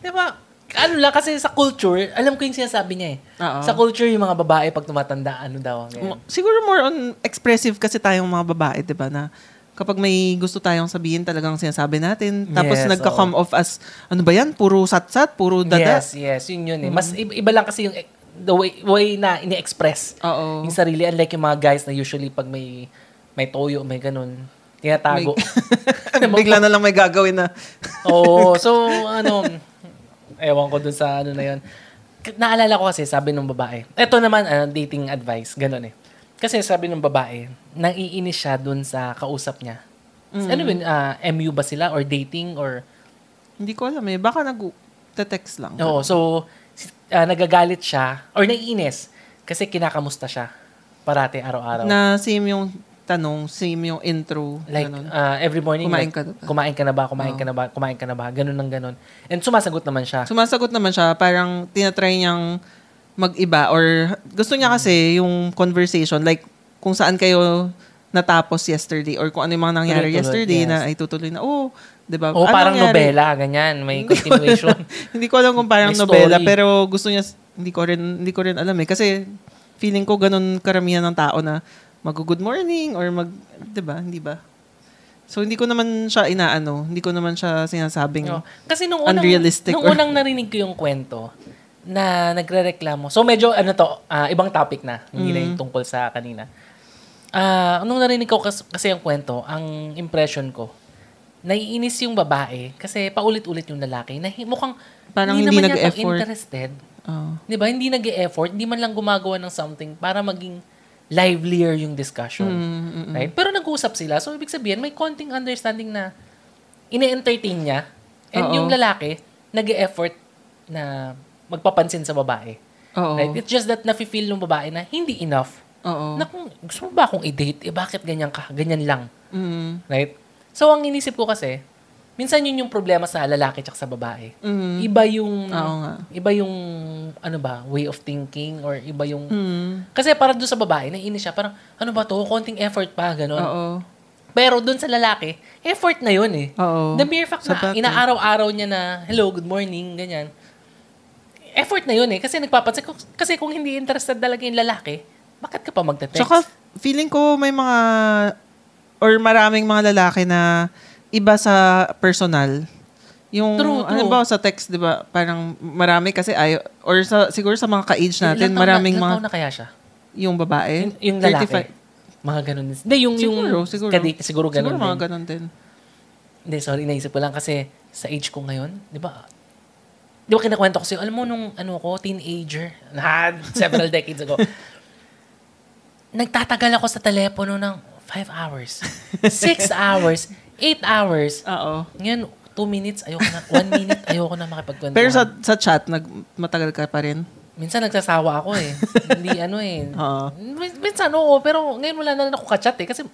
[SPEAKER 1] Di ba? ano lang, kasi sa culture, alam ko yung sinasabi niya eh.
[SPEAKER 2] Oo.
[SPEAKER 1] Sa culture, yung mga babae, pag tumatanda, ano daw ang ganyan.
[SPEAKER 2] Mo- Siguro more on expressive kasi tayong mga babae, di ba, na kapag may gusto tayong sabihin, talagang sinasabi natin. Tapos
[SPEAKER 1] Yes,
[SPEAKER 2] nagka-come off as, ano ba yan, puro satsat, puro dada. Mm-hmm.
[SPEAKER 1] Yes, yes, yun yun eh. Mas iba, iba lang kasi yung e- the way, way na ini-express
[SPEAKER 2] Oo.
[SPEAKER 1] yung sarili. Unlike yung mga guys na usually pag may may toyo, may ganun, tinatago.
[SPEAKER 2] Bigla na lang may gagawin na,
[SPEAKER 1] Oo. So, ano, ewan ko dun sa ano na yun. K- Naalala ko kasi, sabi ng babae, eto naman, ah, dating advice, ganun eh. Kasi sabi ng babae, naiinis siya dun sa kausap niya.
[SPEAKER 2] Mm.
[SPEAKER 1] Ano yun, ah, MU ba sila or dating or...
[SPEAKER 2] hindi ko alam eh, baka nag-text lang.
[SPEAKER 1] Oo, so si- ah, nagagalit siya or naiinis kasi kinakamusta siya parati araw-araw.
[SPEAKER 2] Na same yung tanong, same yung intro.
[SPEAKER 1] Like,
[SPEAKER 2] ganun.
[SPEAKER 1] ah, every morning,
[SPEAKER 2] Kumain
[SPEAKER 1] like,
[SPEAKER 2] ka na ba?
[SPEAKER 1] kumain ka na ba, kumain ka na ba, kumain ka na ba, ganun ng ganun. And sumasagot naman siya.
[SPEAKER 2] Sumasagot naman siya, parang tinatry niyang mag-iba or gusto niya
[SPEAKER 1] Hmm.
[SPEAKER 2] kasi yung conversation, like kung saan kayo natapos yesterday or kung ano yung mga nangyari
[SPEAKER 1] Tuloy-tuloy,
[SPEAKER 2] yesterday
[SPEAKER 1] yes.
[SPEAKER 2] na ay tutuloy na, oh, di ba?
[SPEAKER 1] o
[SPEAKER 2] Ano
[SPEAKER 1] parang
[SPEAKER 2] nangyari?
[SPEAKER 1] nobela, ganyan, may continuation.
[SPEAKER 2] hindi ko alam kung parang
[SPEAKER 1] May
[SPEAKER 2] nobela,
[SPEAKER 1] story.
[SPEAKER 2] pero gusto niya, hindi ko rin, hindi ko rin alam eh. Kasi feeling ko ganun karamihan ng tao na mag-good morning or mag, di ba? Hindi ba? So, hindi ko naman siya inaano. Hindi ko naman siya sinasabing.
[SPEAKER 1] Oo. Kasi nung unang,
[SPEAKER 2] Unrealistic
[SPEAKER 1] nung
[SPEAKER 2] or-
[SPEAKER 1] unang narinig ko yung kwento na nagrereklamo. So medyo ano to, ah, ibang topic na. Hindi na yung tungkol sa kanina. Ah, nung narinig ko kas- kasi yung kwento, ang impression ko, naiinis yung babae kasi paulit-ulit yung lalaki. Na hi- mukhang
[SPEAKER 2] Parang hindi
[SPEAKER 1] naman yata
[SPEAKER 2] nag-effort.
[SPEAKER 1] interested.
[SPEAKER 2] Oh.
[SPEAKER 1] 'Di ba? Hindi nag-effort, hindi man lang gumagawa ng something para maging livelier yung discussion.
[SPEAKER 2] Mm,
[SPEAKER 1] Right? Pero nag-uusap sila. So ibig sabihin may konting understanding na ine-entertain niya and
[SPEAKER 2] Oo.
[SPEAKER 1] yung lalaki nag-effort na magpapansin sa babae.
[SPEAKER 2] Oo.
[SPEAKER 1] Right? It's just that nafe-feel ng babae na hindi enough.
[SPEAKER 2] Oo.
[SPEAKER 1] Na kung gusto mo ba akong i-date, eh bakit ganyan ka? Ganyan lang.
[SPEAKER 2] Mm.
[SPEAKER 1] Right? So ang inisip ko kasi, minsan yun yung problema sa lalaki at sa babae. Iba yung
[SPEAKER 2] Mm-hmm. Oo nga.
[SPEAKER 1] iba yung ano ba, way of thinking or iba yung
[SPEAKER 2] Mm.
[SPEAKER 1] kasi para doon sa babae, naiinis siya, parang ano ba to, konting effort pa, ganun.
[SPEAKER 2] Oo.
[SPEAKER 1] Pero doon sa lalaki, effort na yun eh.
[SPEAKER 2] Oo.
[SPEAKER 1] The mere fact na
[SPEAKER 2] Sapat eh.
[SPEAKER 1] inaaraw-araw niya na, hello, good morning, ganyan. Effort na yun eh. Kasi nagpapansin ko, kasi kung hindi interested talaga yung lalaki, bakit ka pa magte-text?
[SPEAKER 2] Tsaka feeling ko may mga or maraming mga lalaki na iba sa personal. Yung
[SPEAKER 1] True, true.
[SPEAKER 2] ano ba sa text, 'di ba? Parang marami kasi ay or sa siguro sa mga ka-age natin,
[SPEAKER 1] Ilang taon na-
[SPEAKER 2] maraming
[SPEAKER 1] ilang
[SPEAKER 2] mga
[SPEAKER 1] taon na kaya siya?
[SPEAKER 2] yung babae,
[SPEAKER 1] Yung lalaki.
[SPEAKER 2] 35.
[SPEAKER 1] Mga ganun din. Hindi, yung, yung,
[SPEAKER 2] Siguro, siguro.
[SPEAKER 1] kadi- siguro ganun
[SPEAKER 2] siguro mga
[SPEAKER 1] din.
[SPEAKER 2] ganun din.
[SPEAKER 1] Hindi, sorry, naisip ko lang kasi sa age ko ngayon, di ba, di ba kinakwento ko sa'yo, alam mo nung ano ko, teenager, na several decades ago, nagtatagal ako sa telepono ng 5 hours, 6 hours, 8 hours.
[SPEAKER 2] Oo.
[SPEAKER 1] Ngayon, 2 minutes, ayoko na, 1 minute, ayoko na makipagkwento.
[SPEAKER 2] Pero sa sa chat nag matagal ka pa rin.
[SPEAKER 1] Minsan nagsasawa ako eh. Hindi ano eh.
[SPEAKER 2] Oo.
[SPEAKER 1] Min- Minsan oo, pero ngayon wala na rin ako kachat eh. Kasi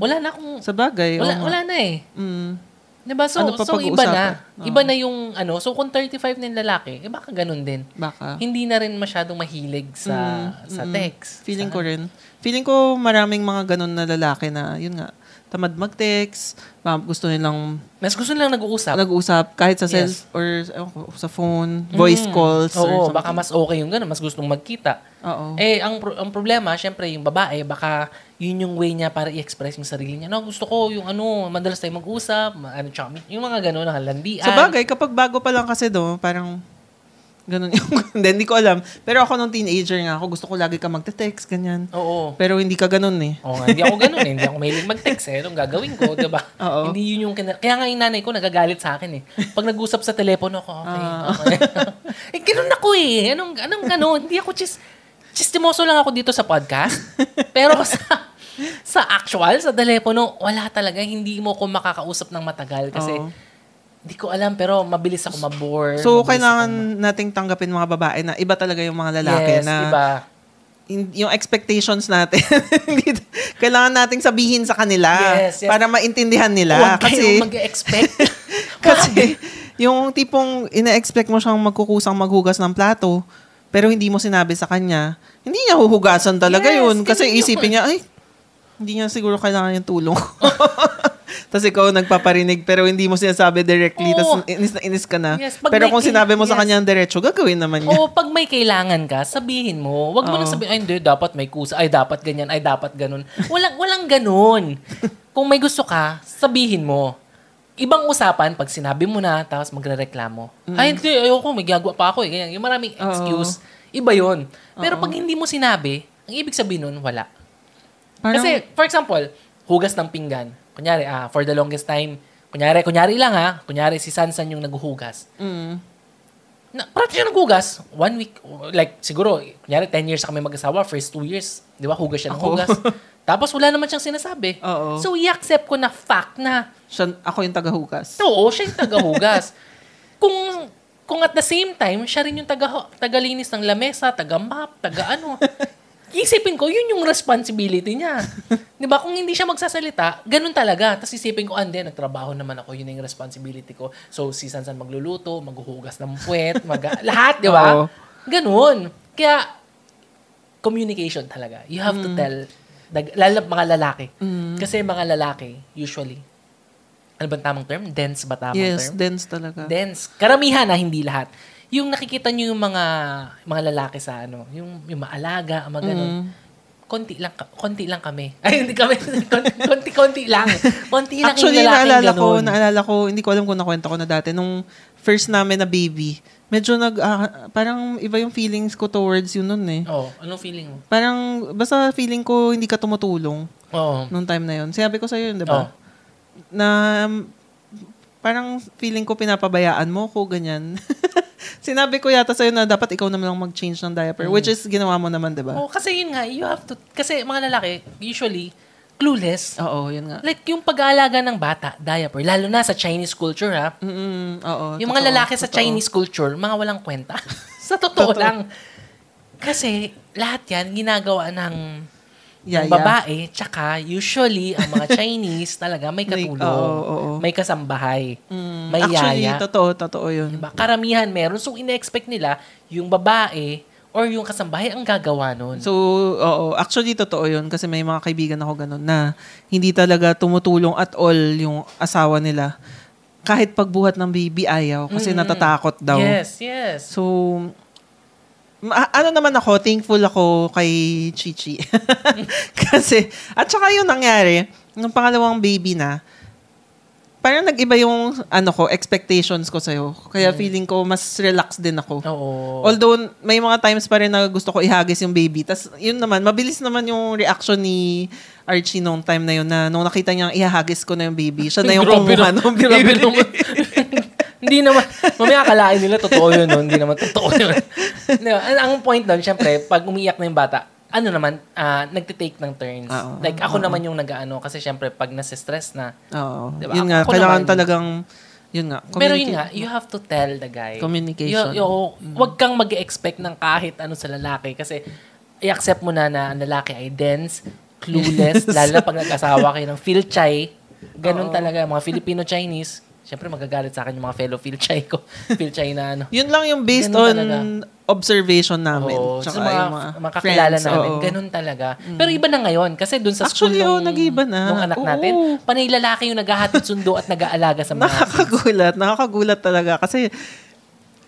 [SPEAKER 1] wala na akong...
[SPEAKER 2] Sa bagay.
[SPEAKER 1] Wala,
[SPEAKER 2] oo Mm. nga.
[SPEAKER 1] wala na eh.
[SPEAKER 2] Mm.
[SPEAKER 1] Diba? So,
[SPEAKER 2] Ano pa
[SPEAKER 1] so iba na.
[SPEAKER 2] pag-uusapan? Ah.
[SPEAKER 1] Iba na yung ano. So kung 35 na yung lalaki, eh baka ganun din.
[SPEAKER 2] Baka.
[SPEAKER 1] Hindi na rin masyadong mahilig sa
[SPEAKER 2] Mm,
[SPEAKER 1] sa text.
[SPEAKER 2] Feeling
[SPEAKER 1] sa,
[SPEAKER 2] ko rin. Feeling ko maraming mga ganun na lalaki na, yun nga, tamad mag-text, baka gusto nilang
[SPEAKER 1] Mas gusto nilang nag-uusap.
[SPEAKER 2] nag-usap kahit sa cell
[SPEAKER 1] Yes. Mm.
[SPEAKER 2] or ewan ko, sa phone, voice calls
[SPEAKER 1] Oo,
[SPEAKER 2] or something. Oh.
[SPEAKER 1] baka mas okay yung ganun. Mas gustong magkita.
[SPEAKER 2] Oo.
[SPEAKER 1] Eh, ang, pro- ang problema, syempre, yung babae, baka yun yung way niya para i-express yung sarili niya. No, gusto ko yung ano, madalas tayo mag-usap, ma- ano, tsaka, may- yung mga ganun, nakalandian.
[SPEAKER 2] Sa bagay, kapag bago pa lang kasi do, parang ganun yung, hindi, hindi ko alam. Pero ako nung teenager nga ako, gusto ko lagi ka magte-text, ganyan.
[SPEAKER 1] Oo.
[SPEAKER 2] Pero hindi ka ganun eh.
[SPEAKER 1] Oo nga, hindi ako ganun eh. Hindi ako mahilig mag-text eh. Anong gagawin ko, di ba?
[SPEAKER 2] Oo.
[SPEAKER 1] Hindi yun yung... Kina- Kaya nga yung nanay ko nagagalit sa akin eh. Pag nag-usap sa telepono ako, okay.
[SPEAKER 2] Ah.
[SPEAKER 1] okay. eh, ganun ako eh. Anong, anong ganun? Hindi ako chis... Chistimoso lang ako dito sa podcast. Pero sa sa actual, sa telepono, wala talaga. Hindi mo ko makakausap ng matagal kasi
[SPEAKER 2] Oo.
[SPEAKER 1] hindi ko alam pero mabilis ako mabore.
[SPEAKER 2] So,
[SPEAKER 1] mabilis
[SPEAKER 2] kailangan nating tanggapin mga babae na iba talaga yung mga
[SPEAKER 1] akong-
[SPEAKER 2] lalaki
[SPEAKER 1] yes,
[SPEAKER 2] na
[SPEAKER 1] iba.
[SPEAKER 2] in- yung expectations natin. hindi- kailangan nating sabihin sa kanila
[SPEAKER 1] Yes, yes.
[SPEAKER 2] para maintindihan nila.
[SPEAKER 1] Huwag
[SPEAKER 2] kasi
[SPEAKER 1] kayong mag-expect.
[SPEAKER 2] kasi yung tipong ina-expect mo siyang magkukusang maghugas ng plato, pero hindi mo sinabi sa kanya, hindi niya huhugasan talaga
[SPEAKER 1] Yes,
[SPEAKER 2] yun. Kasi
[SPEAKER 1] ganun yun.
[SPEAKER 2] isipin niya, ay, hindi niya siguro kailangan yung tulong. Tapos ikaw nagpaparinig pero hindi mo sinasabi directly.
[SPEAKER 1] Oo.
[SPEAKER 2] Tapos inis na inis ka na.
[SPEAKER 1] Yes, pag
[SPEAKER 2] pero
[SPEAKER 1] may-
[SPEAKER 2] kung sinabi mo sa
[SPEAKER 1] yes.
[SPEAKER 2] kanya ang diretso, gagawin naman niya.
[SPEAKER 1] O pag may kailangan ka, sabihin mo. Huwag mo nang sabihin, ay hindi, dapat may kusa, ay dapat ganyan, ay dapat ganun. Walang, walang ganun. Kung may gusto ka, sabihin mo. Ibang usapan, pag sinabi mo na, tapos magre-reklamo. Ay hindi, ayoko, may gagawa pa ako eh. Ganyan. Yung maraming excuse. Iba yon Pero pag hindi mo sinabi, ang ibig sabihin nun, wala.
[SPEAKER 2] Parang-
[SPEAKER 1] Kasi, for example, hugas ng pinggan. Kunyari, ah, for the longest time, kunyari, kunyari lang ha, kunyari si Sansan yung naghuhugas.
[SPEAKER 2] Mm.
[SPEAKER 1] Na, parati siya naghugas. One week, like siguro, kunyari 10 years na kami mag-asawa, first two years, di ba, hugas siya ng
[SPEAKER 2] Ako.
[SPEAKER 1] hugas. Tapos wala naman siyang sinasabi.
[SPEAKER 2] Oo.
[SPEAKER 1] So, i-accept ko na fact na,
[SPEAKER 2] Siya, ako yung tagahugas.
[SPEAKER 1] oo, siya yung tagahugas. kung kung at the same time, siya rin yung taga, tagalinis ng lamesa, taga-map, taga-ano. Isipin ko, yun yung responsibility niya. Di ba? Kung hindi siya magsasalita, ganun talaga. Tapos isipin ko, ande, nagtrabaho naman ako, yun yung responsibility ko. So, si Sansan magluluto, maghuhugas ng puwet, mag- lahat, di
[SPEAKER 2] Oo.
[SPEAKER 1] ba? Ganun. Kaya, communication talaga. You have
[SPEAKER 2] Mm.
[SPEAKER 1] to tell, dag- lalo na mga lalaki. Kasi mga lalaki, usually, ano bang tamang term? Dense ba tamang
[SPEAKER 2] Yes,
[SPEAKER 1] term?
[SPEAKER 2] dense talaga.
[SPEAKER 1] dense. Karamihan na hindi lahat. Yung nakikita nyo yung mga mga lalaki sa ano, yung yung maalaga, mga ganun.
[SPEAKER 2] Mm.
[SPEAKER 1] Konti lang ka- konti lang kami. Ay hindi kami konti konti lang. Konti lang
[SPEAKER 2] Actually,
[SPEAKER 1] yung lalaking
[SPEAKER 2] naalala ko, ano-
[SPEAKER 1] ganun.
[SPEAKER 2] naalala ko, hindi ko alam kung nakwento ko na dati, nung first namin na baby, medyo nag, ah, parang iba yung feelings ko towards yun nun eh.
[SPEAKER 1] oh, anong feeling mo?
[SPEAKER 2] Parang, basta feeling ko hindi ka tumutulong
[SPEAKER 1] Oo.
[SPEAKER 2] nung time na yun. Sinabi ko sa'yo yun, di
[SPEAKER 1] Oo.
[SPEAKER 2] ba? Na, um, parang feeling ko pinapabayaan mo ko, ganyan. Sinabi ko yata sa'yo na dapat ikaw naman lang mag-change ng
[SPEAKER 1] Mm.
[SPEAKER 2] diaper, which is ginawa mo naman, di ba?
[SPEAKER 1] Oh, kasi yun nga, you have to kasi mga lalaki usually clueless.
[SPEAKER 2] Oo, yun nga.
[SPEAKER 1] Like yung pag-aalaga ng bata, diaper, lalo na sa Chinese culture ha.
[SPEAKER 2] Mm-mm, oo,
[SPEAKER 1] Yung mga
[SPEAKER 2] Mm, totoo,
[SPEAKER 1] lalaki sa
[SPEAKER 2] totoo.
[SPEAKER 1] Chinese culture, mga walang kwenta. sa totoo,
[SPEAKER 2] Totoo.
[SPEAKER 1] lang. Kasi lahat yan ginagawa ng,
[SPEAKER 2] Yaya.
[SPEAKER 1] ng babae. Tsaka usually, ang mga Chinese talaga may
[SPEAKER 2] May-
[SPEAKER 1] katulong.
[SPEAKER 2] oo, oo.
[SPEAKER 1] May kasambahay.
[SPEAKER 2] Mm,
[SPEAKER 1] may
[SPEAKER 2] Actually,
[SPEAKER 1] yaya.
[SPEAKER 2] totoo, totoo yun.
[SPEAKER 1] Diba? Karamihan meron. So, ina-expect nila yung babae or yung kasambahay ang gagawa nun.
[SPEAKER 2] So, oo. Actually, totoo yun. Kasi may mga kaibigan ako ganun na hindi talaga tumutulong at all yung asawa nila. Kahit pagbuhat ng baby, ayaw. Kasi natatakot daw.
[SPEAKER 1] Yes, yes.
[SPEAKER 2] So, ma- ano naman ako, thankful ako kay Chichi. Kasi, at saka yun nangyari, nung pangalawang baby na, parang nag-iba yung ano ko, expectations ko sa'yo. Kaya feeling ko, mas relax din ako.
[SPEAKER 1] Oo.
[SPEAKER 2] Although, may mga times pa rin na gusto ko ihagis yung baby. Tapos, yun naman, mabilis naman yung reaction ni Archie noong time na yun na nung nakita niya ihagis ko na yung baby, siya na yung
[SPEAKER 1] Grabe
[SPEAKER 2] kumuha
[SPEAKER 1] na-
[SPEAKER 2] ng
[SPEAKER 1] grabe
[SPEAKER 2] baby.
[SPEAKER 1] naman. Hindi naman, mamaya akalain nila totoo yun, no? hindi naman totoo yun. No, ang, ang point doon, syempre, pag umiyak na yung bata, ano naman, ah, nagtitake ng turns.
[SPEAKER 2] Ah, Oo.
[SPEAKER 1] like, ako naman yung nag-ano, kasi syempre, pag nasistress na.
[SPEAKER 2] Oo.
[SPEAKER 1] Diba?
[SPEAKER 2] Yun nga,
[SPEAKER 1] Ako
[SPEAKER 2] kailangan
[SPEAKER 1] naman.
[SPEAKER 2] talagang, yun nga.
[SPEAKER 1] Pero yun
[SPEAKER 2] communicate.
[SPEAKER 1] nga, eh, you have to tell the guy.
[SPEAKER 2] Communication.
[SPEAKER 1] You,
[SPEAKER 2] Mm.
[SPEAKER 1] you- wag kang mag expect ng kahit ano sa lalaki, kasi i-accept mo na na ang lalaki ay dense, clueless, lalo na pag nag-asawa kayo ng Filchay. Ganun talaga, mga Filipino-Chinese. Siyempre, magagalit sa akin yung mga fellow Filchay ko. Filchay na ano.
[SPEAKER 2] Yun lang yung based
[SPEAKER 1] Ganun
[SPEAKER 2] on
[SPEAKER 1] talaga.
[SPEAKER 2] observation namin.
[SPEAKER 1] Oo, sa
[SPEAKER 2] Tsaka
[SPEAKER 1] mga,
[SPEAKER 2] yung mga,
[SPEAKER 1] mga kakilala
[SPEAKER 2] friends,
[SPEAKER 1] namin.
[SPEAKER 2] oo. Mm.
[SPEAKER 1] Ganun talaga. Pero iba na ngayon. Kasi dun sa school
[SPEAKER 2] Actually, oo,
[SPEAKER 1] nung,
[SPEAKER 2] nag-iba na.
[SPEAKER 1] nung anak
[SPEAKER 2] Oo.
[SPEAKER 1] natin, panay lalaki yung naghahatid sundo at nag-aalaga sa mga...
[SPEAKER 2] Nakakagulat. Nakakagulat talaga. Kasi,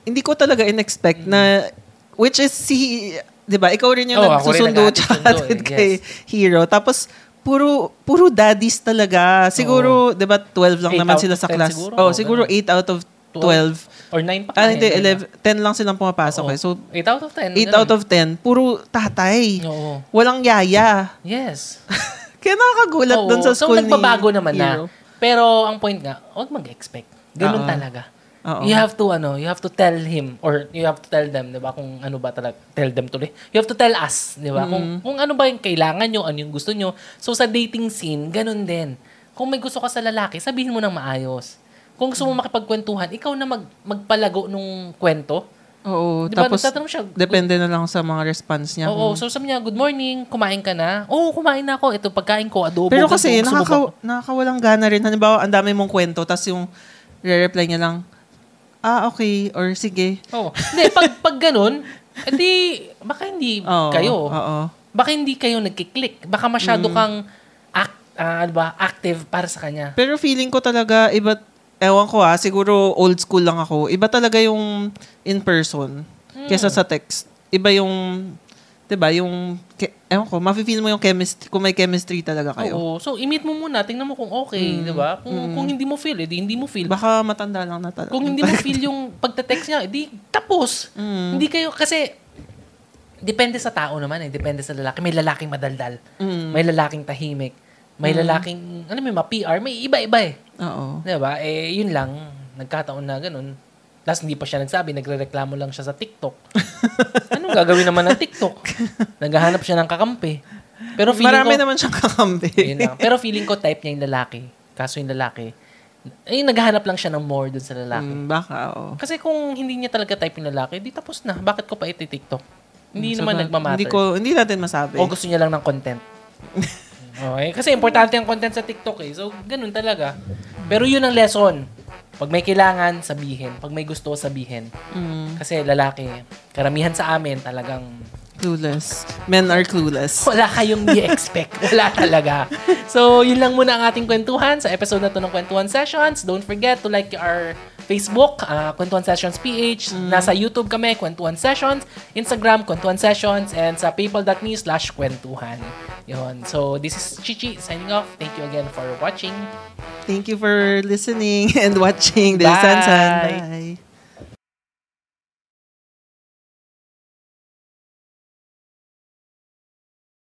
[SPEAKER 2] hindi ko talaga in-expect na, which is si, di ba, ikaw rin yung
[SPEAKER 1] Oo, Oh, ako rin
[SPEAKER 2] nagsusundo
[SPEAKER 1] nag-aatid
[SPEAKER 2] tsaka
[SPEAKER 1] sundo eh,
[SPEAKER 2] atid kay Hero. Tapos, puro puro daddies talaga. Siguro, di ba, 12 lang
[SPEAKER 1] Eight
[SPEAKER 2] naman
[SPEAKER 1] out
[SPEAKER 2] sila
[SPEAKER 1] of
[SPEAKER 2] sa
[SPEAKER 1] 10
[SPEAKER 2] class.
[SPEAKER 1] siguro,
[SPEAKER 2] Oh,
[SPEAKER 1] oo,
[SPEAKER 2] siguro 8 out of 12.
[SPEAKER 1] Or nine pa.
[SPEAKER 2] Ah,
[SPEAKER 1] kami,
[SPEAKER 2] hindi,
[SPEAKER 1] di ba?
[SPEAKER 2] 11. 10 lang silang pumapasok
[SPEAKER 1] Oo.
[SPEAKER 2] eh. So,
[SPEAKER 1] Eight out of 10.
[SPEAKER 2] 8 out of 10, puro tatay.
[SPEAKER 1] Oo.
[SPEAKER 2] Walang yaya.
[SPEAKER 1] Yes.
[SPEAKER 2] Kaya nakakagulat
[SPEAKER 1] Oo.
[SPEAKER 2] doon sa
[SPEAKER 1] so,
[SPEAKER 2] school ni
[SPEAKER 1] nagbabago naman
[SPEAKER 2] Hero.
[SPEAKER 1] na. Pero ang point nga, huwag mag-expect. Ganun
[SPEAKER 2] Oo.
[SPEAKER 1] talaga.
[SPEAKER 2] Oo.
[SPEAKER 1] You have to ano, you have to tell him or you have to tell them, 'di ba? Kung ano ba talaga, tell them tuloy. You have to tell us, 'di ba? Kung
[SPEAKER 2] Mm-hmm.
[SPEAKER 1] kung ano ba yung kailangan nyo, ano yung gusto nyo. So sa dating scene, ganun din. Kung may gusto ka sa lalaki, sabihin mo nang maayos. Kung gusto mo
[SPEAKER 2] Mm.
[SPEAKER 1] makipagkwentuhan, ikaw na mag magpalago nung kwento.
[SPEAKER 2] Oo,
[SPEAKER 1] Di ba,
[SPEAKER 2] tapos
[SPEAKER 1] nagtatanong siya,
[SPEAKER 2] depende na lang sa mga response niya.
[SPEAKER 1] Oo, so sabi niya, good morning, kumain ka na? Oo, kumain na ako. Ito, pagkain ko, adobo.
[SPEAKER 2] Pero
[SPEAKER 1] ganito,
[SPEAKER 2] kasi
[SPEAKER 1] gusto mo ba
[SPEAKER 2] nakaka- nakakawalang gana rin. Halimbawa, ang dami mong kwento, tapos yung re-reply niya lang, ah, okay, or sige.
[SPEAKER 1] Oo. Hindi, pag, pag ganun, hindi, baka hindi
[SPEAKER 2] Oo,
[SPEAKER 1] kayo.
[SPEAKER 2] Oo. Mm.
[SPEAKER 1] Baka hindi kayo nagkiklik. Baka masyado kang act, ah, ano ba, active para sa kanya.
[SPEAKER 2] Pero feeling ko talaga, iba, ewan ko ah, siguro old school lang ako. Iba talaga yung in-person
[SPEAKER 1] Hmm.
[SPEAKER 2] kesa sa text. Iba yung, di ba, yung, ke- ewan ko, mafe-feel mo yung chemistry, kung may chemistry talaga kayo.
[SPEAKER 1] Oo. So, i-meet mo muna. Tingnan mo kung okay, di
[SPEAKER 2] Mm.
[SPEAKER 1] ba? Kung, kung hindi mo feel, edi hindi mo feel.
[SPEAKER 2] Baka matanda lang na talaga.
[SPEAKER 1] Kung hindi mo feel yung pagte-text niya, edi tapos.
[SPEAKER 2] Mm.
[SPEAKER 1] Hindi kayo, kasi depende sa tao naman eh. Depende sa lalaki. May lalaking madaldal.
[SPEAKER 2] Mm.
[SPEAKER 1] May lalaking tahimik. May lalaking, ano may ma-PR. May iba-iba eh.
[SPEAKER 2] Oo.
[SPEAKER 1] Di ba? Eh, yun lang. Nagkataon na ganun. Tapos hindi pa siya nagsabi, nagre-reklamo lang siya sa TikTok. Anong gagawin naman ng TikTok? Naghahanap siya ng kakampi. Pero feeling
[SPEAKER 2] Marami
[SPEAKER 1] ko,
[SPEAKER 2] naman siyang kakampi.
[SPEAKER 1] yun lang. Pero feeling ko type niya yung lalaki. Kaso yung lalaki, eh, naghahanap lang siya ng more dun sa lalaki.
[SPEAKER 2] Mm, baka, oo.
[SPEAKER 1] Kasi kung hindi niya talaga type yung lalaki, di tapos na. Bakit ko pa iti-TikTok? Hindi
[SPEAKER 2] So,
[SPEAKER 1] naman
[SPEAKER 2] na-
[SPEAKER 1] nagmamatter.
[SPEAKER 2] Hindi, ko, hindi natin masabi.
[SPEAKER 1] O gusto niya lang ng content. okay. Kasi importante ang content sa TikTok eh. So, ganun talaga. Pero yun ang lesson. Pag may kailangan, sabihin. Pag may gusto, sabihin.
[SPEAKER 2] Mm,
[SPEAKER 1] Kasi lalaki, karamihan sa amin talagang
[SPEAKER 2] clueless. Men are clueless.
[SPEAKER 1] wala kayong i-expect. Wala talaga. So, yun lang muna ang ating kwentuhan sa episode na to ng Kwentuhan Sessions. Don't forget to like our Facebook, ah, Kwentuhan Sessions PH. Nasa YouTube kami, Kwentuhan Sessions. Instagram, Kwentuhan Sessions. And sa paypal.me slash kwentuhan. Yun. So, this is Chichi signing off. Thank you again for watching.
[SPEAKER 2] Thank you for listening and watching. This
[SPEAKER 1] Bye.
[SPEAKER 2] is Sansan. Bye.